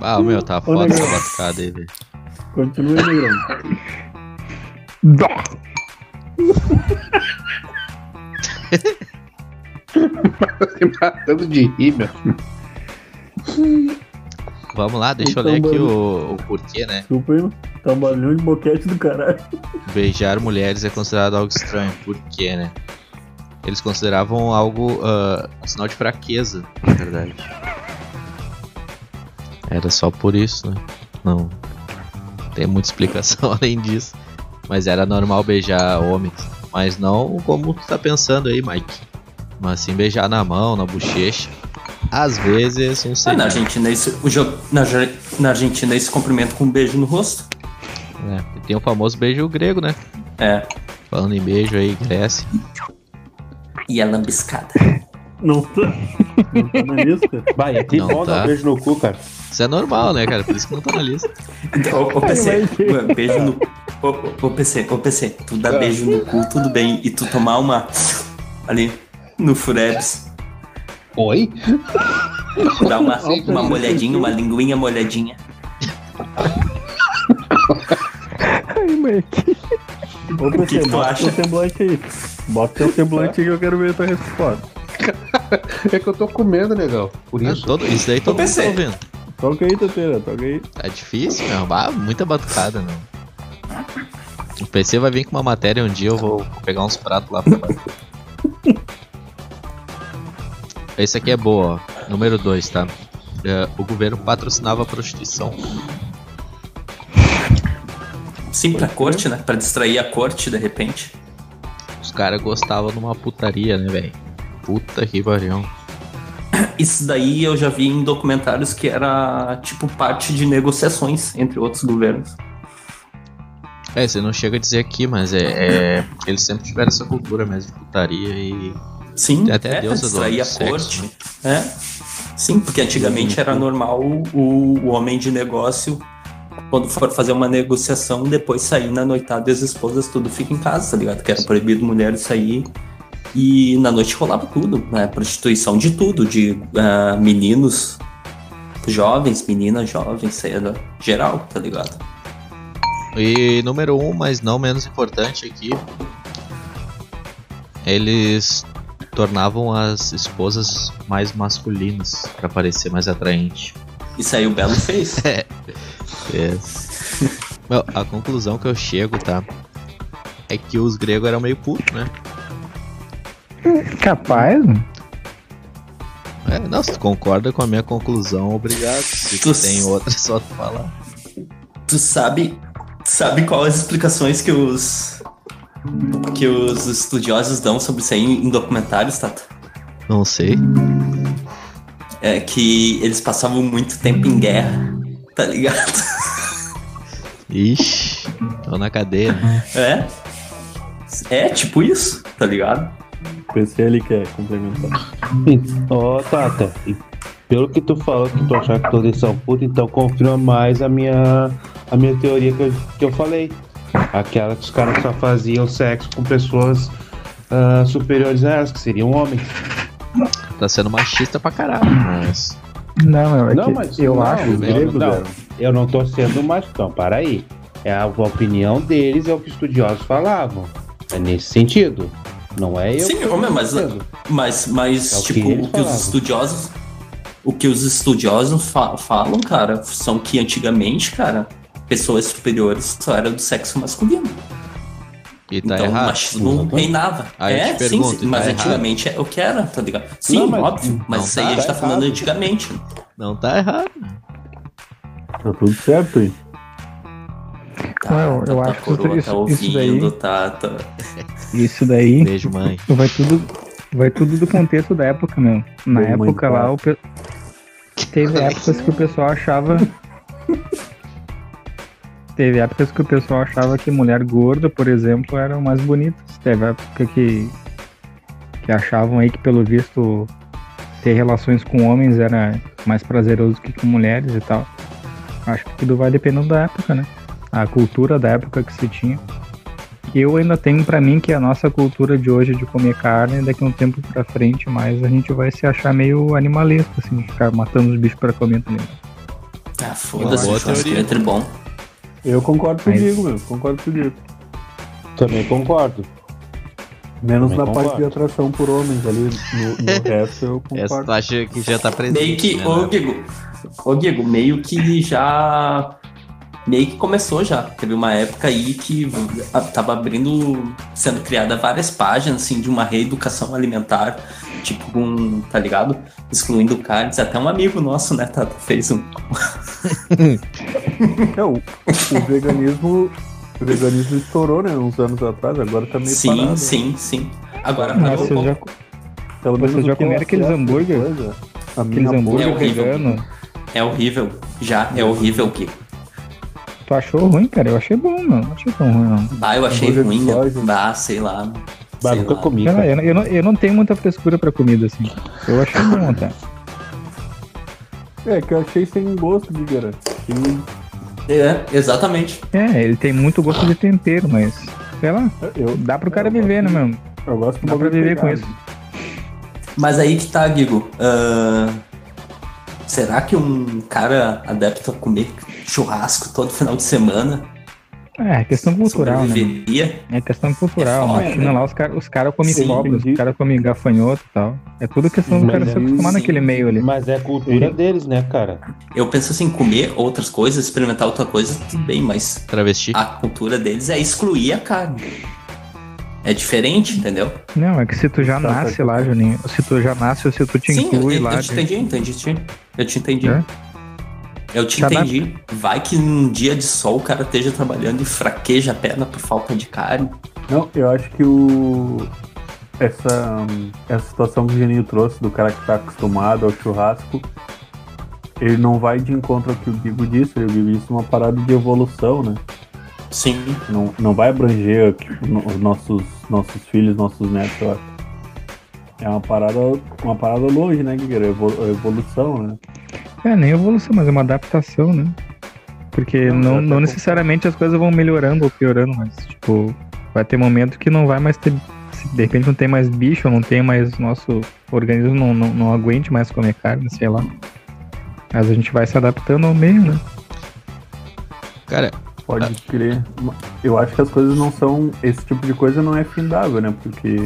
[SPEAKER 3] Ah, meu, tá foda
[SPEAKER 1] negão.
[SPEAKER 3] essa batucada aí, velho.
[SPEAKER 1] Continua negrão.
[SPEAKER 2] Dó!
[SPEAKER 5] Me matando de rir, meu.
[SPEAKER 3] Vamos lá, deixa eu
[SPEAKER 1] Então,
[SPEAKER 3] ler aqui
[SPEAKER 1] mano.
[SPEAKER 3] o, o porquê, né?
[SPEAKER 1] Desculpa aí, mano. Tá um barulhão de boquete do caralho.
[SPEAKER 3] Beijar mulheres é considerado algo estranho. Por quê, né? Eles consideravam algo ah, um sinal de fraqueza, na verdade. Era só por isso, né? Não tem muita explicação (laughs) além disso. Mas era normal beijar homens. Mas não como tu tá pensando aí, Mike. Mas sim beijar na mão, na bochecha. Às vezes, não sei.
[SPEAKER 4] Ah, na
[SPEAKER 3] né?
[SPEAKER 4] Argentina, isso, o jogo, na, Ar- na Argentina, esse cumprimento com um beijo no rosto.
[SPEAKER 3] É, e tem o famoso beijo grego, né?
[SPEAKER 4] É.
[SPEAKER 3] Falando em beijo aí, Grécia.
[SPEAKER 4] E é a lambiscada.
[SPEAKER 1] Não tá. Não tá na lista.
[SPEAKER 5] Vai, é
[SPEAKER 3] Não,
[SPEAKER 5] tripó
[SPEAKER 3] tá.
[SPEAKER 5] dar um beijo no cu, cara.
[SPEAKER 3] Isso é normal, né, cara? Por isso que não tá na lista.
[SPEAKER 4] Ô, ô,
[SPEAKER 2] Ai,
[SPEAKER 4] PC,
[SPEAKER 2] vai ver.
[SPEAKER 4] mano, beijo no. Ô, ô, ô, PC, ô, PC, tu dá beijo no cu, tudo bem. E tu tomar uma. Ali, no Furebs.
[SPEAKER 5] Oi?
[SPEAKER 4] Dá uma, uma molhadinha, uma linguinha molhadinha.
[SPEAKER 2] Ai, Mike.
[SPEAKER 4] (laughs)
[SPEAKER 1] Ô,
[SPEAKER 4] que
[SPEAKER 1] PC,
[SPEAKER 4] tu
[SPEAKER 1] bota
[SPEAKER 4] acha?
[SPEAKER 1] teu semblante aí. Bota teu semblante aí que eu quero ver a tua resposta.
[SPEAKER 5] É que eu tô comendo, legal. Por
[SPEAKER 3] Ah,
[SPEAKER 5] isso.
[SPEAKER 3] todo- isso daí todo mundo tá
[SPEAKER 4] pensei.
[SPEAKER 3] ouvindo.
[SPEAKER 1] Toca aí, Tateira, toca aí.
[SPEAKER 3] Tá difícil, meu. Ah, muita batucada, meu. O PC vai vir com uma matéria um dia, eu vou pegar uns pratos lá pra bater. Esse aqui é boa, ó. Número 2, tá? É, o governo patrocinava a prostituição.
[SPEAKER 4] Sim, pra corte, né? Pra distrair a corte, de repente.
[SPEAKER 3] Os caras gostavam de uma putaria, né, velho? Puta que pariu.
[SPEAKER 4] Isso daí eu já vi em documentários que era, tipo, parte de negociações entre outros governos.
[SPEAKER 3] É, você não chega a dizer aqui, mas é, é- Eles sempre tiveram essa cultura mesmo, de putaria e.
[SPEAKER 4] Sim,
[SPEAKER 3] Tem até
[SPEAKER 4] é, pra
[SPEAKER 3] deusa do
[SPEAKER 4] distrair a
[SPEAKER 3] sexo, né?
[SPEAKER 4] corte. É. Sim, porque antigamente era normal o, o homem de negócio, quando for fazer uma negociação, depois sair na noitada e as esposas tudo fica em casa, tá ligado? Que era proibido mulheres sair. E na noite rolava tudo, né? Prostituição de tudo, de ah, meninos jovens, meninas jovens, era geral, tá ligado?
[SPEAKER 3] E número um, mas não menos importante aqui, eles tornavam as esposas mais masculinas pra parecer mais atraente.
[SPEAKER 4] Isso aí o Belo fez.
[SPEAKER 3] É. Meu, a conclusão que eu chego, tá? É que os gregos eram meio putos, né?
[SPEAKER 2] Capaz?
[SPEAKER 3] É, não, se tu concorda com a minha conclusão, obrigado. Se tu
[SPEAKER 4] Tu s-
[SPEAKER 3] tem outra, (laughs) é só tu falar.
[SPEAKER 4] Tu sabe, sabe qual as explicações que os que os estudiosos dão sobre isso aí em documentários, Tata?
[SPEAKER 3] Não sei.
[SPEAKER 4] É que eles passavam muito tempo em guerra, tá ligado? (laughs)
[SPEAKER 3] Ixi, tô na cadeia. né?
[SPEAKER 4] É? É tipo isso, tá ligado?
[SPEAKER 1] O PC ele quer complementar.
[SPEAKER 5] Ó, Tata, e pelo que tu falou que tu achar que todos são putos, então confirma mais a minha, a minha teoria que eu, que eu falei. Aquela que os caras só faziam sexo com pessoas ah, superiores a elas, que seriam homens.
[SPEAKER 3] Tá sendo machista pra caralho, mas.
[SPEAKER 2] Não, meu, é
[SPEAKER 5] Não,
[SPEAKER 2] que
[SPEAKER 5] mas
[SPEAKER 2] eu
[SPEAKER 5] não,
[SPEAKER 2] acho que os
[SPEAKER 3] velho,
[SPEAKER 2] gregos
[SPEAKER 5] não.
[SPEAKER 2] eram.
[SPEAKER 5] Eu não tô sendo machão, para aí. É a opinião deles, é o que estudiosos falavam. É nesse sentido. Não é eu.
[SPEAKER 4] Sim,
[SPEAKER 5] que eu
[SPEAKER 4] homem, mas-
[SPEAKER 5] entendo.
[SPEAKER 4] Mas, mas
[SPEAKER 5] É o que
[SPEAKER 4] tipo,
[SPEAKER 5] eles
[SPEAKER 4] o que os
[SPEAKER 5] falavam.
[SPEAKER 4] estudiosos o que os estudiosos fa- falam, cara, são que antigamente, cara, pessoas superiores só eram do sexo masculino.
[SPEAKER 3] E tá
[SPEAKER 4] então o
[SPEAKER 3] errado.
[SPEAKER 4] machismo
[SPEAKER 5] Exatamente.
[SPEAKER 4] reinava.
[SPEAKER 3] Aí eu
[SPEAKER 4] é,
[SPEAKER 3] te pergunto,
[SPEAKER 4] sim, sim, mas
[SPEAKER 3] tá errado?
[SPEAKER 4] antigamente é o que era, tá ligado? Sim,
[SPEAKER 5] Não, mas-
[SPEAKER 4] óbvio, mas
[SPEAKER 3] não,
[SPEAKER 4] isso aí
[SPEAKER 3] tá
[SPEAKER 4] a gente tá
[SPEAKER 5] errado.
[SPEAKER 4] falando antigamente.
[SPEAKER 3] Não tá errado.
[SPEAKER 1] Tá tudo certo aí.
[SPEAKER 4] Tá,
[SPEAKER 2] Não, eu
[SPEAKER 4] tá,
[SPEAKER 2] acho que
[SPEAKER 4] coroa,
[SPEAKER 2] isso-
[SPEAKER 4] tá
[SPEAKER 2] isso daí-
[SPEAKER 4] ouvindo, tá, tá.
[SPEAKER 2] Isso daí
[SPEAKER 3] Beijo, mãe.
[SPEAKER 2] vai tudo, vai tudo do contexto da época, meu. Na
[SPEAKER 1] Foi muito
[SPEAKER 2] época lá, o pe... teve épocas que o pessoal achava. (laughs) Teve épocas que o pessoal achava que mulher gorda, por exemplo, eram mais bonitas. Teve época que, que achavam aí que, pelo visto, ter relações com homens era mais prazeroso que com mulheres e tal. Acho que tudo vai dependendo da época, né? A cultura da época que se tinha. Eu ainda tenho pra mim que a nossa cultura de hoje de comer carne, daqui a um tempo pra frente mais, a gente vai se achar meio animalesco, assim, de ficar matando os bichos pra comer também.
[SPEAKER 4] Ah, foda-se,
[SPEAKER 3] Boa
[SPEAKER 4] o churrasqueiro
[SPEAKER 3] teoria.
[SPEAKER 4] é tri bom.
[SPEAKER 1] Eu concordo
[SPEAKER 2] Mas-
[SPEAKER 1] contigo, meu. Concordo contigo.
[SPEAKER 5] Também concordo.
[SPEAKER 1] Menos
[SPEAKER 5] Também
[SPEAKER 1] na parte
[SPEAKER 5] concordo.
[SPEAKER 1] de atração por homens ali. No, no resto eu
[SPEAKER 3] Essa tu
[SPEAKER 1] concordo.
[SPEAKER 3] acha que já tá presente.
[SPEAKER 4] Meio que,
[SPEAKER 3] né,
[SPEAKER 4] ô
[SPEAKER 3] né?
[SPEAKER 4] Guigo, ô Guigo, meio que já. Meio que começou já. Teve uma época aí que a- tava abrindo, sendo criada várias páginas, assim, de uma reeducação alimentar, tipo, com, tá ligado? Excluindo carnes. Até um amigo nosso, né, Tata, fez um.
[SPEAKER 1] É, o, o veganismo. O veganismo estourou, né? Uns anos atrás, agora tá meio
[SPEAKER 4] sim,
[SPEAKER 1] parado.
[SPEAKER 4] sim, sim. Agora
[SPEAKER 1] Ah,
[SPEAKER 2] Nossa,
[SPEAKER 4] parou um
[SPEAKER 2] eu
[SPEAKER 4] pouco.
[SPEAKER 2] já-
[SPEAKER 1] Pelo
[SPEAKER 2] Vocês
[SPEAKER 1] menos
[SPEAKER 2] já
[SPEAKER 1] o que
[SPEAKER 2] comeram
[SPEAKER 1] eu
[SPEAKER 2] aqueles
[SPEAKER 1] acesso
[SPEAKER 2] hambúrguer?
[SPEAKER 1] de coisa, A minha
[SPEAKER 2] Aqueles
[SPEAKER 4] É
[SPEAKER 2] hambúrguer
[SPEAKER 4] horrível.
[SPEAKER 2] vegano.
[SPEAKER 4] É horrível. Já é horrível, Guigo.
[SPEAKER 2] Tu achou ruim, cara? Eu achei bom, mano. Não achei tão ruim, não.
[SPEAKER 4] Bah, eu achei
[SPEAKER 1] Hambúrguer de
[SPEAKER 4] ruim, né?
[SPEAKER 1] soja.
[SPEAKER 4] Bah, sei lá.
[SPEAKER 5] Bah,
[SPEAKER 4] sei
[SPEAKER 5] nunca
[SPEAKER 4] lá.
[SPEAKER 5] comi,
[SPEAKER 2] Eu não, é. eu,
[SPEAKER 5] cara.
[SPEAKER 2] não- eu não, eu não tenho muita frescura pra comida, assim. Eu achei bom, tá?
[SPEAKER 1] É, que eu achei sem gosto, Guigueira. E
[SPEAKER 4] É, exatamente.
[SPEAKER 2] É, ele tem muito gosto de tempero, mas... Sei lá,
[SPEAKER 1] Eu,
[SPEAKER 2] dá pro cara
[SPEAKER 1] É, eu gosto
[SPEAKER 2] viver, né,
[SPEAKER 1] de-
[SPEAKER 2] mano?
[SPEAKER 1] Eu gosto
[SPEAKER 2] Dá pra
[SPEAKER 1] bagulho
[SPEAKER 2] viver com
[SPEAKER 1] pegado.
[SPEAKER 2] isso.
[SPEAKER 4] Mas aí que tá, Guigo. Ahn, será que um cara adepto a comer churrasco todo final de semana
[SPEAKER 2] É, questão cultural, né? mano?
[SPEAKER 4] sobreviveria?
[SPEAKER 2] É questão cultural.
[SPEAKER 4] É
[SPEAKER 2] na
[SPEAKER 4] foda,
[SPEAKER 2] China
[SPEAKER 4] né?
[SPEAKER 2] lá os caras os cara comem
[SPEAKER 1] Sim,
[SPEAKER 2] cobras, os
[SPEAKER 1] entendi.
[SPEAKER 2] caras comem gafanhoto e tal. É tudo questão do
[SPEAKER 5] Mas
[SPEAKER 2] cara se
[SPEAKER 5] aí,
[SPEAKER 2] acostumar
[SPEAKER 4] sim.
[SPEAKER 2] naquele meio ali.
[SPEAKER 5] Mas é a cultura deles, né, cara?
[SPEAKER 4] Eu penso assim, comer outras coisas, experimentar outra coisa, tudo bem, mas
[SPEAKER 3] Travesti.
[SPEAKER 4] a cultura deles é excluir a carne. É diferente, entendeu?
[SPEAKER 2] Não, é que se tu já
[SPEAKER 1] Tá, tá.
[SPEAKER 2] nasce lá, Juninho, se tu já nasce ou se tu te
[SPEAKER 4] Sim, eu,
[SPEAKER 2] inclui
[SPEAKER 4] eu-
[SPEAKER 2] lá.
[SPEAKER 4] eu te entendi, entendi, te- eu te entendi.
[SPEAKER 2] É?
[SPEAKER 4] Eu te
[SPEAKER 2] Se adapta.
[SPEAKER 4] entendi. Vai que num dia de sol o cara esteja trabalhando e fraqueja a perna por falta de carne.
[SPEAKER 1] Não, eu acho que o. Essa, essa situação que o Geninho trouxe do cara que tá acostumado ao churrasco, ele não vai de encontro ao que o Bigo disse, né? o Bigo disse uma parada de evolução, né?
[SPEAKER 4] Sim,
[SPEAKER 1] Não, não vai abranger tipo, no- os nossos, nossos filhos, nossos netos, eu acho. É uma parada, uma parada longe, né, Guigueira? Evol- Evolução, né?
[SPEAKER 2] É, nem evolução, mas é uma adaptação, né?
[SPEAKER 1] Não,
[SPEAKER 2] Porque
[SPEAKER 1] eu
[SPEAKER 2] não,
[SPEAKER 1] até
[SPEAKER 2] não necessariamente as coisas vão melhorando ou piorando, mas, tipo, vai ter momento que não vai mais ter. se De repente não tem mais bicho, não tem mais. Nosso organismo não, não, não aguente mais comer carne, sei lá. Mas a gente vai se adaptando ao meio, né?
[SPEAKER 3] Cara,
[SPEAKER 1] Pode crer. Eu acho que as coisas não são. Esse tipo de coisa não é findável, né? Porque.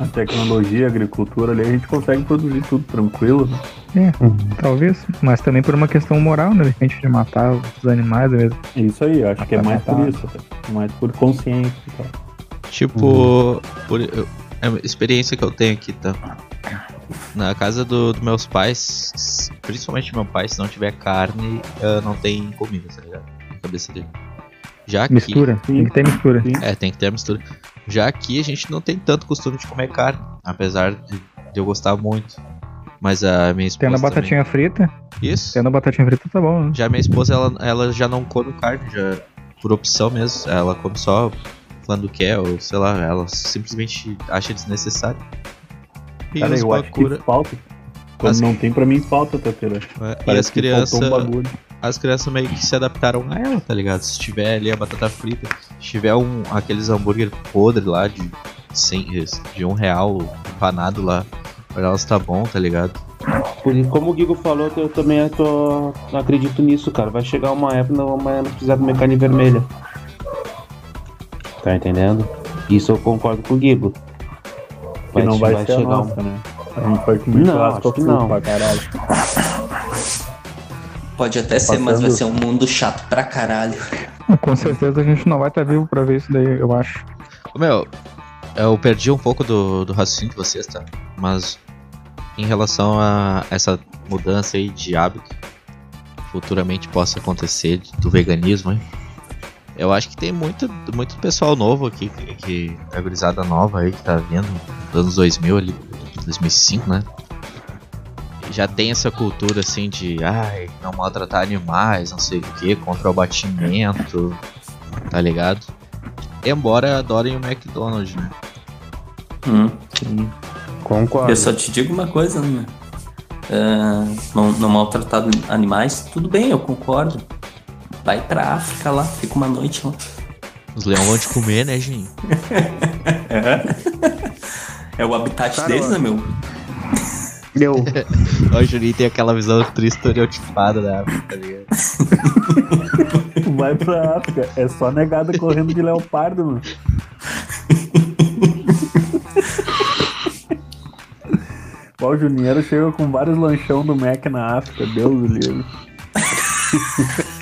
[SPEAKER 1] A tecnologia, a agricultura ali, a gente consegue produzir tudo tranquilo. né?
[SPEAKER 2] Talvez. Mas também por uma questão moral, né? De repente de matar os animais mesmo.
[SPEAKER 1] É Isso aí, eu acho que é mais por
[SPEAKER 2] Tá.
[SPEAKER 1] isso, até. É mais por consciência. Tá?
[SPEAKER 3] Tipo, por- eu- é uma experiência que eu tenho aqui, tá? Na casa do- dos meus pais, s- principalmente meu pai, se não tiver carne, eh, não tem comida, tá ligado? Na cabeça dele. Já aqui.
[SPEAKER 2] Mistura. Tem que ter mistura.
[SPEAKER 3] É, tem que ter a mistura. Já aqui a gente não tem tanto costume de comer carne, apesar de de eu gostar muito. Mas a minha esposa.
[SPEAKER 2] Tendo a
[SPEAKER 3] também-
[SPEAKER 2] batatinha frita,
[SPEAKER 3] Isso.
[SPEAKER 2] tendo a batatinha frita tá bom, né? (laughs)
[SPEAKER 3] Já minha esposa, ela, ela já não come carne, já por opção mesmo. Ela come só quando quer, ou sei lá, ela simplesmente acha desnecessário. E
[SPEAKER 1] Cara,
[SPEAKER 3] as
[SPEAKER 1] eu acho
[SPEAKER 3] bacura-
[SPEAKER 1] que falta. Quando
[SPEAKER 3] As-
[SPEAKER 1] não tem, pra mim falta, Tateira.
[SPEAKER 3] é, e
[SPEAKER 1] Parece
[SPEAKER 3] as
[SPEAKER 1] que faltou
[SPEAKER 3] crianças.
[SPEAKER 1] um bagulho.
[SPEAKER 3] As crianças meio que se adaptaram a ela, tá ligado? Se tiver ali a batata frita, se tiver um, aqueles hambúrguer podre lá de, 100, de um real empanado lá, pra elas tá bom, tá ligado?
[SPEAKER 5] Por isso, como o Guigo falou, eu também tô, acredito nisso, cara. Vai chegar uma época não vamos mais precisar comer carne vermelha. Tá entendendo? Isso eu concordo com o Guigo.
[SPEAKER 1] Que não vai, ser a
[SPEAKER 5] chegar um-
[SPEAKER 1] nossa, né? A gente vai comer
[SPEAKER 5] Não,
[SPEAKER 1] churrasco
[SPEAKER 5] acho que
[SPEAKER 1] cru
[SPEAKER 5] não.
[SPEAKER 1] pra caralho.
[SPEAKER 4] pode até ser, mas vai
[SPEAKER 1] Passando-
[SPEAKER 4] ser um mundo chato pra caralho.
[SPEAKER 2] Com certeza a gente não vai estar vivo pra ver isso daí, eu acho.
[SPEAKER 3] Meu, eu perdi um pouco do, do raciocínio de vocês, tá? Mas em relação a essa mudança aí de hábito, futuramente possa acontecer do veganismo, hein? Eu acho que tem muito, muito pessoal novo aqui, que, que a gurizada nova aí que tá vindo, dos anos 2000 ali, 2005, né? já tem essa cultura assim de ai, não maltratar animais, não sei o que, contra o abatimento, tá ligado? Embora adorem o McDonald's, né?
[SPEAKER 4] Hum.
[SPEAKER 5] Concordo.
[SPEAKER 4] Eu só te digo uma coisa, né? Ah, não, não maltratar animais, tudo bem, eu concordo. Vai pra África lá, fica uma noite lá.
[SPEAKER 3] Os leões vão te comer, né, gente?
[SPEAKER 4] É o habitat
[SPEAKER 5] Cara,
[SPEAKER 4] deles, né, meu?
[SPEAKER 5] Eu,
[SPEAKER 3] Ó, o Juninho tem aquela visão triste estereotipada da África, tá ligado?
[SPEAKER 1] Vai pra África. É só negada correndo de leopardo, mano. (laughs) Ó, O Juniero chega com vários lanchão do Mac na África, Deus do livre. (laughs)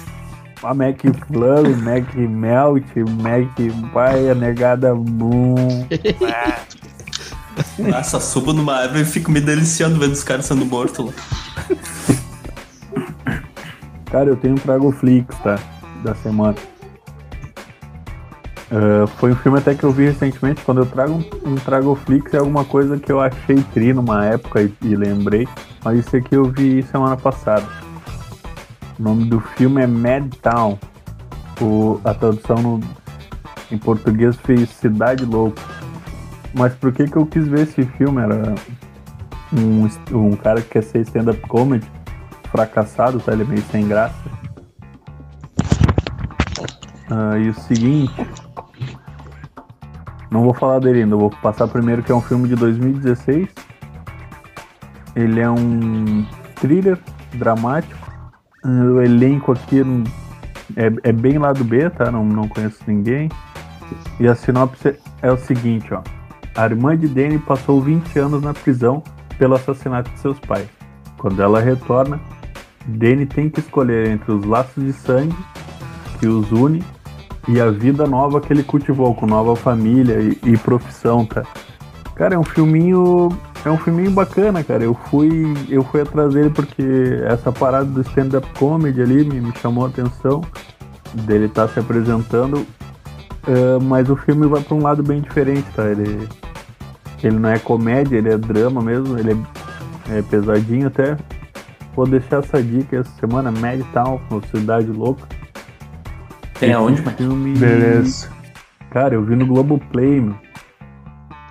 [SPEAKER 1] A Mac Flan, Mac Melt, Mac Pai, a negada Boom.
[SPEAKER 4] Ah, só subo numa árvore e fico me deliciando vendo os caras sendo mortos lá.
[SPEAKER 1] Cara, eu tenho um Trago Flix, tá? Da semana. Ah, foi um filme até que eu vi recentemente. Quando eu trago um, um Trago Flix, é alguma coisa que eu achei tri numa época e, e lembrei. Mas isso aqui eu vi semana passada. O nome do filme é Mad Town. O, a tradução no- em português fez Cidade Louca. Mas por que, que eu quis ver esse filme? Era um, est- um cara que quer ser stand-up comedy fracassado, tá? Ele é meio sem graça. Ah, e o seguinte. Não vou falar dele ainda, eu vou passar primeiro que é um filme de 2016. Ele é um thriller dramático. Ah, O elenco aqui não- é, é bem lado B, tá? Não, não conheço ninguém. E a sinopse é o seguinte, ó. A irmã de Danny passou 20 anos na prisão pelo assassinato de seus pais. Quando ela retorna, Danny tem que escolher entre os laços de sangue que os une e a vida nova que ele cultivou com nova família e, e profissão, tá? Cara, é um filminho, é um filminho bacana, cara. Eu fui, eu fui atrás dele porque essa parada do stand-up comedy ali me, me chamou a atenção dele estar se apresentando, Ah, mas o filme vai para um lado bem diferente, tá? Ele, ele não é comédia, ele é drama mesmo, ele é é pesadinho até. Vou deixar essa dica essa semana, Mad Town, com Cidade Louca. um
[SPEAKER 4] Tem aonde, mas.
[SPEAKER 1] Filme.
[SPEAKER 5] beleza.
[SPEAKER 1] Cara, eu vi no Globoplay, meu.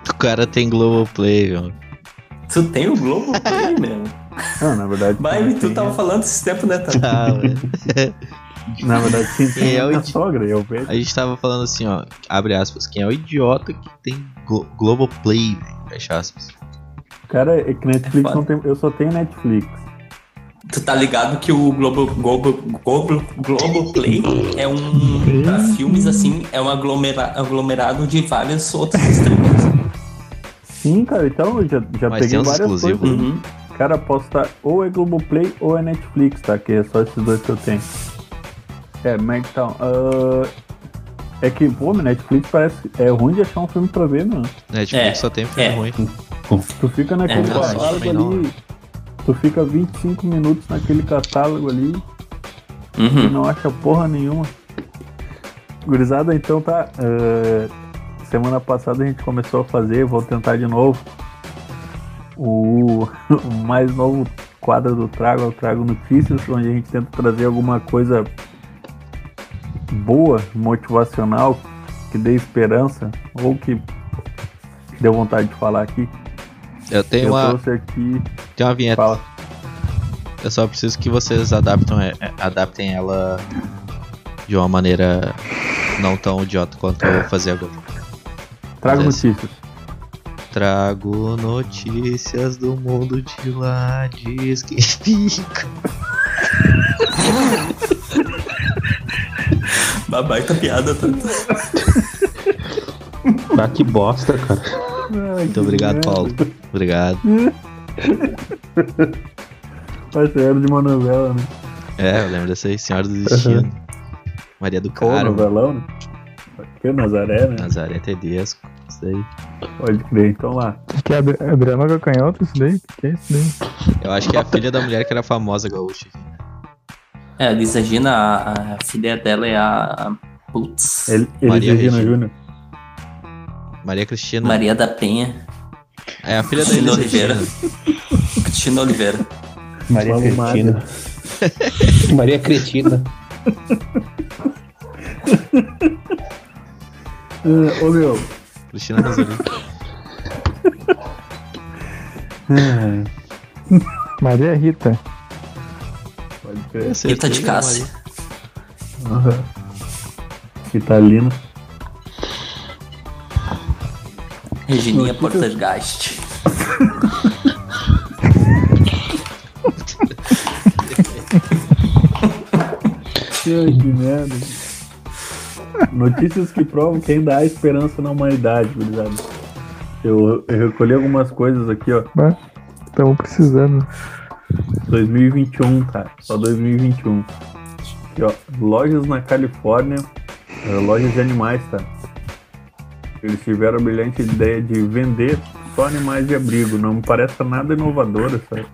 [SPEAKER 3] O cara tem Globoplay, meu.
[SPEAKER 4] Tu tem o Globo (laughs) Play, meu?
[SPEAKER 1] Não, Ah, na verdade.
[SPEAKER 4] Vai,
[SPEAKER 1] tinha-
[SPEAKER 4] tu tá tava falando esse tempo, né, Tata?
[SPEAKER 3] Tá, mano.
[SPEAKER 1] Na verdade, tinha
[SPEAKER 3] (laughs) Quem é
[SPEAKER 1] é
[SPEAKER 3] o
[SPEAKER 1] minha
[SPEAKER 3] idi-
[SPEAKER 1] sogra, eu vejo.
[SPEAKER 3] A gente tava falando assim, ó. Abre aspas. Quem é o idiota que tem Glo Globoplay, velho? Fecha aspas.
[SPEAKER 1] Cara, é que Netflix
[SPEAKER 4] É
[SPEAKER 1] não tem. Eu só tenho Netflix.
[SPEAKER 4] Tu tá ligado que o Globo, Globo, Globo, Globoplay é um. Pra filmes assim, é um aglomera- aglomerado de vários (laughs) outros streamers.
[SPEAKER 1] Sim, cara, então eu já, já
[SPEAKER 3] Mas tem
[SPEAKER 1] peguei
[SPEAKER 3] uns
[SPEAKER 1] várias
[SPEAKER 3] exclusivos. né?
[SPEAKER 1] coisas.
[SPEAKER 4] Uhum.
[SPEAKER 1] Cara, posso estar ou é Globoplay ou é Netflix, tá? Que é só esses dois que eu tenho. É, Magtown. Ah, é que, pô, meu Netflix parece. É ruim de achar um filme pra ver, mano.
[SPEAKER 3] Netflix
[SPEAKER 4] É,
[SPEAKER 3] Né, tipo, só tem filme
[SPEAKER 4] é.
[SPEAKER 3] ruim.
[SPEAKER 1] Tu fica
[SPEAKER 4] É,
[SPEAKER 1] naquele
[SPEAKER 4] não,
[SPEAKER 1] catálogo
[SPEAKER 3] também não.
[SPEAKER 1] ali. Tu fica 25 minutos naquele catálogo ali e
[SPEAKER 4] Uhum.
[SPEAKER 1] não acha porra nenhuma. Gurizada, então tá. eh, semana passada a gente começou a fazer, vou tentar de novo. O, (laughs) o mais novo quadro do Trago é o Trago Notícias, onde a gente tenta trazer alguma coisa boa, motivacional, que dê esperança, ou que deu vontade de falar aqui.
[SPEAKER 3] Eu tenho
[SPEAKER 1] Eu
[SPEAKER 3] uma,
[SPEAKER 1] trouxe aqui.
[SPEAKER 3] tenho uma vinheta.
[SPEAKER 1] Fala.
[SPEAKER 3] Eu só preciso que vocês adaptam, é, é, adaptem ela de uma maneira não tão idiota quanto eu vou fazer agora.
[SPEAKER 1] Trago
[SPEAKER 3] Mas é
[SPEAKER 1] notícias.
[SPEAKER 3] Trago notícias do mundo de lá, diz que fica.
[SPEAKER 4] Uma baita piada, Tata.
[SPEAKER 5] Tá que bosta, cara.
[SPEAKER 3] Muito obrigado, Paulo. Obrigado.
[SPEAKER 1] Parece era de uma novela, né?
[SPEAKER 3] É, eu lembro dessa aí, Senhora do Destino. Maria do
[SPEAKER 1] Pô,
[SPEAKER 3] Caro,
[SPEAKER 1] novelão, né? Que Nazaré, né?
[SPEAKER 3] Nazaré Tedesco, isso aí.
[SPEAKER 1] Pode crer, então lá.
[SPEAKER 2] Que é, dra- é drama gacanhoto isso daí? Que é isso daí?
[SPEAKER 3] Eu acho que é a filha da mulher que era famosa gaúcha.
[SPEAKER 4] É, a Lisa Gina, a, a filha dela é a. a- Putz.
[SPEAKER 1] Ele, ele
[SPEAKER 3] Maria
[SPEAKER 1] Regina
[SPEAKER 3] Regina.
[SPEAKER 1] Júnior.
[SPEAKER 3] Maria Cristina.
[SPEAKER 4] Maria da Penha.
[SPEAKER 3] É a filha da
[SPEAKER 4] Cristina
[SPEAKER 3] Elisa Regina.
[SPEAKER 4] (laughs) Oliveira. Cristina Oliveira.
[SPEAKER 5] Maria
[SPEAKER 1] Malumada.
[SPEAKER 5] Cretina. (laughs)
[SPEAKER 3] (laughs)
[SPEAKER 5] Maria Cretina.
[SPEAKER 1] Ah, Ô meu,
[SPEAKER 3] Cristina
[SPEAKER 4] (laughs)
[SPEAKER 3] Rosolin.
[SPEAKER 2] Maria Rita.
[SPEAKER 1] pode crer.
[SPEAKER 4] Rita de Cássia.
[SPEAKER 1] Aham. Italina.
[SPEAKER 4] Regininha Portergeist.
[SPEAKER 1] Ai, que merda. Notícias que provam que ainda há esperança na humanidade, gurizada. Eu, eu recolhi algumas coisas aqui, ó.
[SPEAKER 2] Estamos precisando.
[SPEAKER 1] 2021, cara. Só 2021. Aqui, ó. Lojas na Califórnia. eh, Lojas de animais, tá? Eles tiveram a brilhante ideia de vender só animais de abrigo. Não me parece nada inovador essa,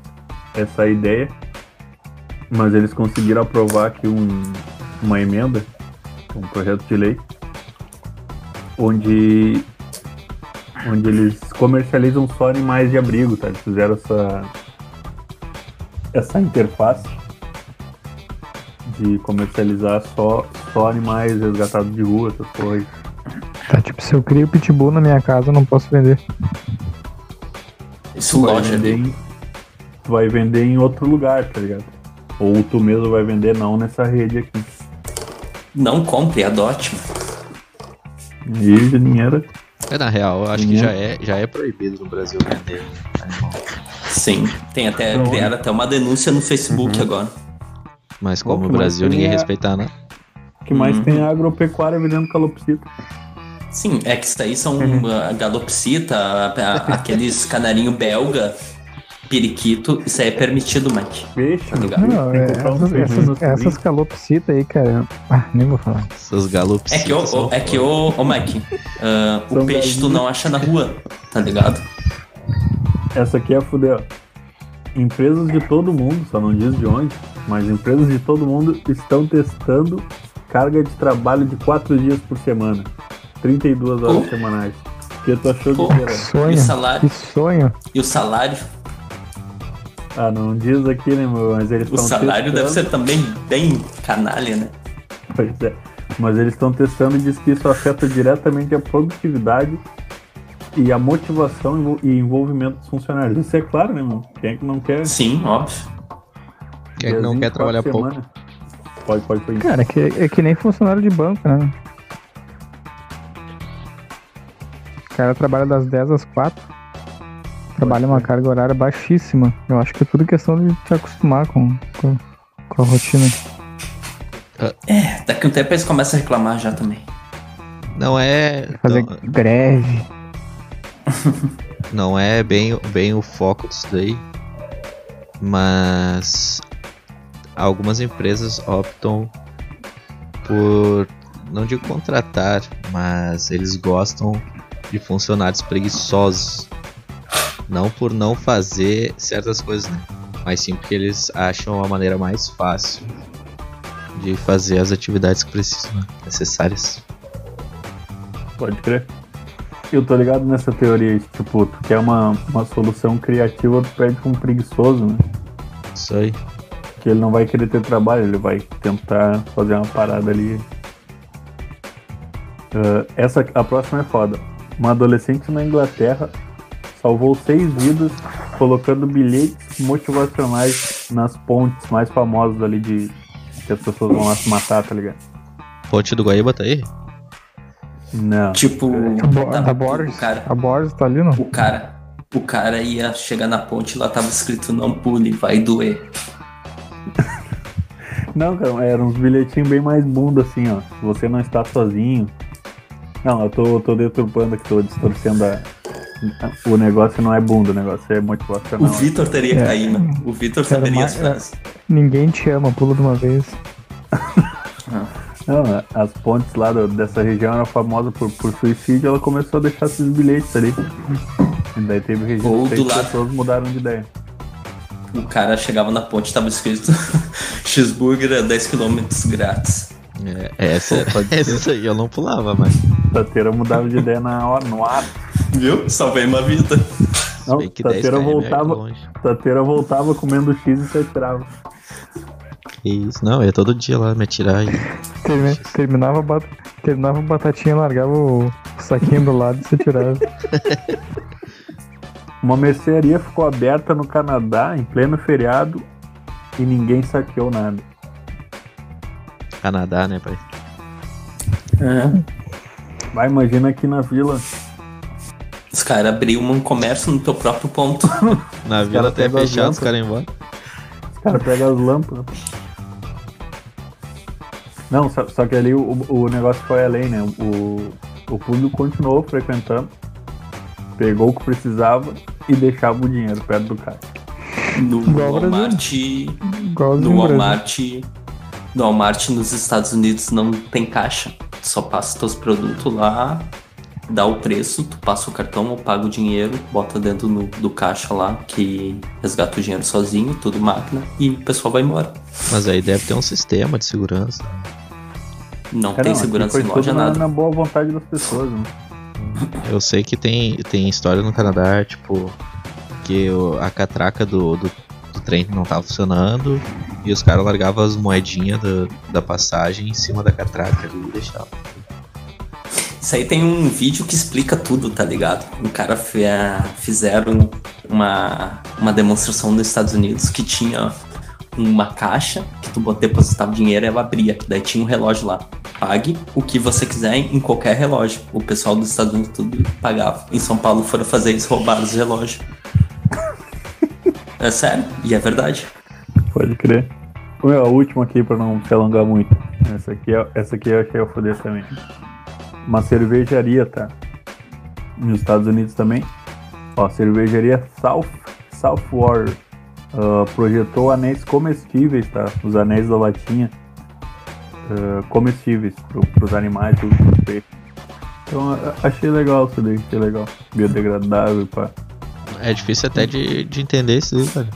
[SPEAKER 1] essa ideia. Mas eles conseguiram aprovar aqui um, uma emenda, um projeto de lei, onde, onde eles comercializam só animais de abrigo, tá? Eles fizeram essa, essa interface de comercializar só, só animais resgatados de rua, essas coisas.
[SPEAKER 2] Tá tipo, se eu crio pitbull na minha casa, eu não posso vender.
[SPEAKER 4] Isso é, né? loja
[SPEAKER 1] vender
[SPEAKER 4] ali.
[SPEAKER 1] em, tu vai vender em outro lugar, tá ligado? Ou tu mesmo vai vender não nessa rede aqui.
[SPEAKER 4] Não compre, adote.
[SPEAKER 1] E Janinheira,
[SPEAKER 3] É, na real, eu acho que
[SPEAKER 1] Uhum.
[SPEAKER 3] já é, já é proibido no Brasil vender animal.
[SPEAKER 4] Sim. Tem até,
[SPEAKER 1] Então,
[SPEAKER 4] criaram até uma denúncia no Facebook agora.
[SPEAKER 3] Mas
[SPEAKER 1] Bom,
[SPEAKER 3] como
[SPEAKER 1] que
[SPEAKER 3] no Brasil
[SPEAKER 1] mais tem
[SPEAKER 3] ninguém né?
[SPEAKER 1] é-
[SPEAKER 3] respeita nada.
[SPEAKER 1] o que mais
[SPEAKER 4] Uhum.
[SPEAKER 1] tem é agropecuária vendendo calopsita.
[SPEAKER 4] Sim, é que isso aí são ah, galopsita, a- a- aqueles canarinho belga, periquito. Isso aí é permitido, Mike.
[SPEAKER 1] Peixe,
[SPEAKER 4] Tá ligado.
[SPEAKER 1] mano,
[SPEAKER 2] Não,
[SPEAKER 1] tem
[SPEAKER 2] é,
[SPEAKER 1] que comprar um
[SPEAKER 2] essas,
[SPEAKER 1] peixe no
[SPEAKER 2] essas,
[SPEAKER 1] Twinkie.
[SPEAKER 2] essas calopsitas aí, cara. Ah, nem vou falar.
[SPEAKER 3] Essas galopes.
[SPEAKER 4] É que, ô, ô, é que ô, ô, Mike, ah, o
[SPEAKER 1] São
[SPEAKER 4] peixe tu
[SPEAKER 1] galinhas.
[SPEAKER 4] não acha na rua, tá ligado?
[SPEAKER 1] Essa aqui é fuder, ó. Empresas de todo mundo, só não diz de onde, mas empresas de todo mundo estão testando carga de trabalho de 4 dias por semana. 32 horas
[SPEAKER 4] Oh.
[SPEAKER 1] semanais. O que tu achou
[SPEAKER 4] Oh.
[SPEAKER 1] de
[SPEAKER 2] Que
[SPEAKER 1] geral?
[SPEAKER 4] E
[SPEAKER 2] sonho.
[SPEAKER 4] o salário,
[SPEAKER 2] Que sonho.
[SPEAKER 4] e o salário,
[SPEAKER 1] Ah, não diz aqui, né, meu? Mas eles
[SPEAKER 4] o
[SPEAKER 1] estão
[SPEAKER 4] salário
[SPEAKER 1] testando.
[SPEAKER 4] deve ser também bem canalha, né?
[SPEAKER 1] Pois é. Mas eles estão testando e diz que isso afeta diretamente a produtividade e a motivação e envol- e envolvimento dos funcionários. Isso é claro, né, meu? Quem é que não quer?
[SPEAKER 4] Sim, óbvio.
[SPEAKER 3] Quem é que não
[SPEAKER 1] Diazinho,
[SPEAKER 3] quer
[SPEAKER 1] quatro
[SPEAKER 3] trabalhar pouco?
[SPEAKER 1] semanas. Pode, pode, pode.
[SPEAKER 2] Cara, é que, é que nem funcionário de banco, né? O cara trabalha das 10 às 4. Trabalha uma carga horária baixíssima. Eu acho que é tudo questão de se acostumar com, com, com a rotina.
[SPEAKER 4] Daqui a um tempo eles começam a reclamar já também.
[SPEAKER 3] Não é.
[SPEAKER 2] Fazer
[SPEAKER 3] Não,
[SPEAKER 2] greve.
[SPEAKER 3] não é bem, bem o foco disso daí. Mas algumas empresas optam por. Não digo contratar, mas eles gostam de funcionários preguiçosos. Não por não fazer certas coisas, né? Mas sim porque eles acham a maneira mais fácil de fazer as atividades que precisam, né? necessárias.
[SPEAKER 1] Pode crer. Eu tô ligado nessa teoria aí, tipo, tu quer uma, uma solução criativa, tu pede com um preguiçoso, né?
[SPEAKER 3] Isso aí.
[SPEAKER 1] Que ele não vai querer ter trabalho, ele vai tentar fazer uma parada ali. Ah, essa, a próxima é foda. Uma adolescente na Inglaterra salvou seis vidas colocando bilhetes motivacionais nas pontes mais famosas ali de que as pessoas vão lá se matar, tá ligado?
[SPEAKER 3] Ponte do Guaíba tá aí?
[SPEAKER 1] Não.
[SPEAKER 4] Tipo,
[SPEAKER 2] A, Bo
[SPEAKER 4] tá,
[SPEAKER 2] a Borges.
[SPEAKER 4] o cara,
[SPEAKER 2] A Borges tá ali, não?
[SPEAKER 4] o cara, o cara ia chegar na ponte e lá tava escrito não pule, vai doer.
[SPEAKER 1] Não, cara, eram uns bilhetinhos bem mais bunda, assim, ó. Você não está sozinho. Não, eu tô, tô deturpando aqui, tô distorcendo a... O negócio não é bunda, o negócio é
[SPEAKER 4] O
[SPEAKER 1] motivacional.
[SPEAKER 4] Vitor teria
[SPEAKER 2] Tá É.
[SPEAKER 4] caído, né? O Vitor
[SPEAKER 2] Cara,
[SPEAKER 4] saberia
[SPEAKER 2] mas-
[SPEAKER 4] as frases.
[SPEAKER 2] Ninguém te ama, pula de uma vez.
[SPEAKER 1] Não, as pontes lá do- dessa região eram famosas por, por suicídio, ela começou a deixar esses bilhetes ali. E daí teve registro
[SPEAKER 4] Ou
[SPEAKER 1] que
[SPEAKER 4] do lado.
[SPEAKER 1] as pessoas mudaram de ideia.
[SPEAKER 4] O cara chegava na ponte tava escrito (laughs) cheeseburger a 10km grátis.
[SPEAKER 3] É, essa, (laughs) essa aí eu não pulava, mas.
[SPEAKER 1] Tateira mudaram de ideia na hora, no ar.
[SPEAKER 4] Viu? Salvei uma vida.
[SPEAKER 3] Se
[SPEAKER 1] Não,
[SPEAKER 3] bem que
[SPEAKER 1] Tateira
[SPEAKER 3] 10 km
[SPEAKER 1] voltava-
[SPEAKER 3] é longe.
[SPEAKER 1] Tateira voltava comendo X e se atirava.
[SPEAKER 3] Que isso, não, eu ia todo dia lá me atirar. E...
[SPEAKER 2] Termi- terminava, a bat- terminava a batatinha, largava o o saquinho do lado e se
[SPEAKER 4] (laughs)
[SPEAKER 2] tirava.
[SPEAKER 1] Uma mercearia ficou aberta no Canadá em pleno feriado e ninguém saqueou nada.
[SPEAKER 3] Canadá, né, pai?
[SPEAKER 1] Vai, imagina aqui na vila.
[SPEAKER 4] Os caras abriram um comércio no teu próprio
[SPEAKER 2] (laughs)
[SPEAKER 4] ponto.
[SPEAKER 3] Na vila até é
[SPEAKER 1] pegam as
[SPEAKER 3] fechado,
[SPEAKER 1] lanças.
[SPEAKER 3] os caras iam embora.
[SPEAKER 1] Os caras pegam as lâmpadas. Não, só, só que ali o, o negócio foi além, né? O, o público continuou frequentando, pegou o que precisava e deixava o dinheiro perto do cara.
[SPEAKER 4] No
[SPEAKER 2] Igual o Brasil.
[SPEAKER 4] Walmart.
[SPEAKER 2] Igual os
[SPEAKER 4] No
[SPEAKER 1] um
[SPEAKER 2] ingleses.
[SPEAKER 4] Walmart. No Walmart nos Estados Unidos não tem caixa. Tu só passa teus produtos lá, dá o preço, tu passa o cartão, paga o dinheiro, bota dentro no- do caixa lá, que resgata o dinheiro sozinho, tudo máquina, e o pessoal vai embora.
[SPEAKER 3] Mas aí deve ter um sistema de segurança.
[SPEAKER 4] Não
[SPEAKER 1] Cara,
[SPEAKER 4] tem
[SPEAKER 1] não, aqui
[SPEAKER 4] segurança
[SPEAKER 1] foi
[SPEAKER 4] em loja,
[SPEAKER 1] tudo na,
[SPEAKER 4] nada.
[SPEAKER 1] na boa vontade das pessoas, né?
[SPEAKER 3] Eu sei que tem, tem história no Canadá, tipo, que o- a catraca do, do, do trem não tava funcionando e os caras largavam as moedinhas da, da passagem em cima da catraca ali e deixavam.
[SPEAKER 4] Isso aí tem um vídeo que explica tudo, tá ligado? O cara fe- fizeram uma, uma demonstração nos Estados Unidos que tinha uma caixa que tu bot- depositava dinheiro e ela abria. Daí tinha um relógio lá. Pague o que você quiser em qualquer relógio. O pessoal dos Estados Unidos tudo pagava. Em São Paulo foram fazer isso, roubaram os relógios. É sério, e é verdade.
[SPEAKER 1] Pode crer. Meu, a última aqui pra não se alongar muito. Essa aqui, é- essa aqui eu achei a foder também. Uma cervejaria, tá? Nos Estados Unidos também. Ó, cervejaria South, South War ah, projetou anéis comestíveis, tá? Os anéis da latinha. ah, comestíveis pro, pros animais, tudo pro peixe. Então a- achei legal isso daí, achei legal. Biodegradável, pá.
[SPEAKER 3] É difícil até de, de entender isso aí, cara.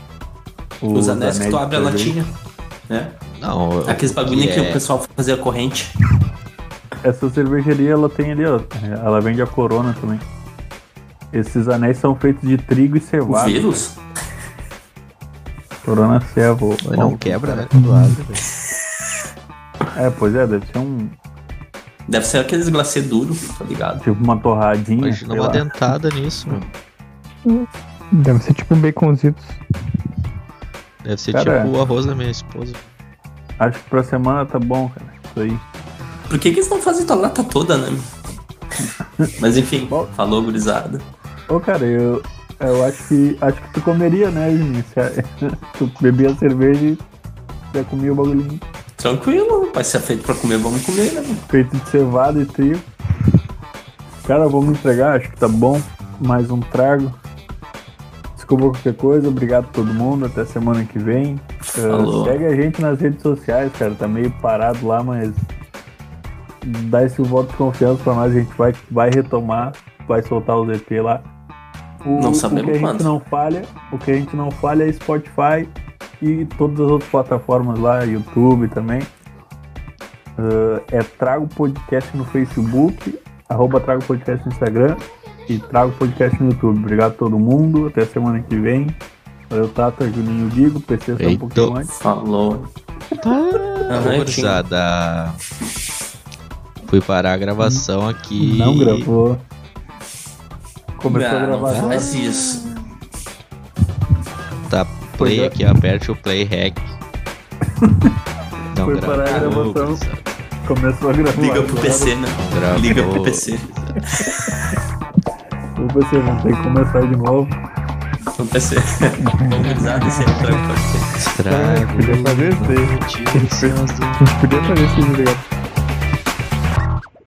[SPEAKER 4] Os anéis que tu abre a
[SPEAKER 1] também.
[SPEAKER 4] latinha. Né?
[SPEAKER 3] Não, eu-
[SPEAKER 4] Aqueles bagulhinhos que
[SPEAKER 3] é-
[SPEAKER 4] o pessoal fazia corrente.
[SPEAKER 1] Essa cervejaria ela tem ali, ó. Ela vende a corona também. Esses anéis são feitos de trigo e
[SPEAKER 4] O
[SPEAKER 1] cevada.
[SPEAKER 4] vírus?
[SPEAKER 1] Corona cevo.
[SPEAKER 3] Não quebra, né? Quando abre, velho.
[SPEAKER 1] É, pois é, deve ser um.
[SPEAKER 4] Deve ser aqueles glacê duro, tá ligado?
[SPEAKER 1] Tipo uma torradinha.
[SPEAKER 3] Imagina
[SPEAKER 1] sei
[SPEAKER 3] uma
[SPEAKER 1] lá.
[SPEAKER 3] dentada nisso, mano.
[SPEAKER 2] Deve ser tipo um baconzitos.
[SPEAKER 3] Deve ser
[SPEAKER 1] Cara,
[SPEAKER 3] tipo o arroz da minha esposa.
[SPEAKER 1] Acho que pra semana tá bom, cara. Isso aí.
[SPEAKER 4] Por que, que eles não fazem tua lata toda,
[SPEAKER 1] (laughs)
[SPEAKER 4] né? Mas enfim,
[SPEAKER 1] Bom.
[SPEAKER 4] falou, gurizada.
[SPEAKER 1] Ô, cara, eu. Eu acho que. Acho que tu comeria, né, Juninho? Se a- (laughs) tu bebia cerveja e já comia o bagulhinho
[SPEAKER 4] Tranquilo, vai ser é feito pra comer, vamos comer, né? mano?
[SPEAKER 1] feito de cevada e trigo. Cara, vamos entregar, acho que tá bom. Mais um trago. Desculpa qualquer coisa, obrigado a todo mundo, até semana que vem. Ah,
[SPEAKER 4] Falou.
[SPEAKER 1] segue a gente nas redes sociais, cara, tá meio parado lá, mas dá esse voto de confiança pra nós, a gente vai, vai retomar, vai soltar os EP lá. O,
[SPEAKER 4] Não
[SPEAKER 1] o que
[SPEAKER 4] sabemos
[SPEAKER 1] a gente
[SPEAKER 4] quando.
[SPEAKER 1] não falha, o que a gente não falha é Spotify e todas as outras plataformas lá, YouTube também. Ah, é Trago Podcast no Facebook, arroba Trago Podcast no Instagram e Trago Podcast no YouTube. Obrigado a todo mundo, até semana que vem. Valeu, Tata, Juninho Digo, PC está um
[SPEAKER 3] Feito.
[SPEAKER 1] pouquinho antes.
[SPEAKER 4] Falou. Aham, Né, tinha-
[SPEAKER 3] Ah, Gurizada. Fui parar a gravação aqui.
[SPEAKER 1] Hum, Não gravou. Começou
[SPEAKER 4] Ah,
[SPEAKER 1] a
[SPEAKER 4] não
[SPEAKER 1] gravar.
[SPEAKER 4] faz isso.
[SPEAKER 3] Tá
[SPEAKER 1] Foi
[SPEAKER 3] play
[SPEAKER 1] gra-
[SPEAKER 3] aqui, aperte o
[SPEAKER 1] (laughs)
[SPEAKER 3] play hack. Não
[SPEAKER 1] Foi
[SPEAKER 3] gravou,
[SPEAKER 1] parar a gravação.
[SPEAKER 3] gurizada.
[SPEAKER 1] Começou a gravar.
[SPEAKER 4] Liga pro PC, né?
[SPEAKER 3] Não gravou.
[SPEAKER 4] Liga pro PC.
[SPEAKER 1] O PC não tem que começar de novo.
[SPEAKER 4] Pro PC. Bom, (laughs) gurizada, esse é o Trago Podcast.
[SPEAKER 3] Estrago.
[SPEAKER 2] Podia fazer isso aí.
[SPEAKER 1] (laughs)
[SPEAKER 3] notícias do
[SPEAKER 2] A gente podia fazer isso, ligado?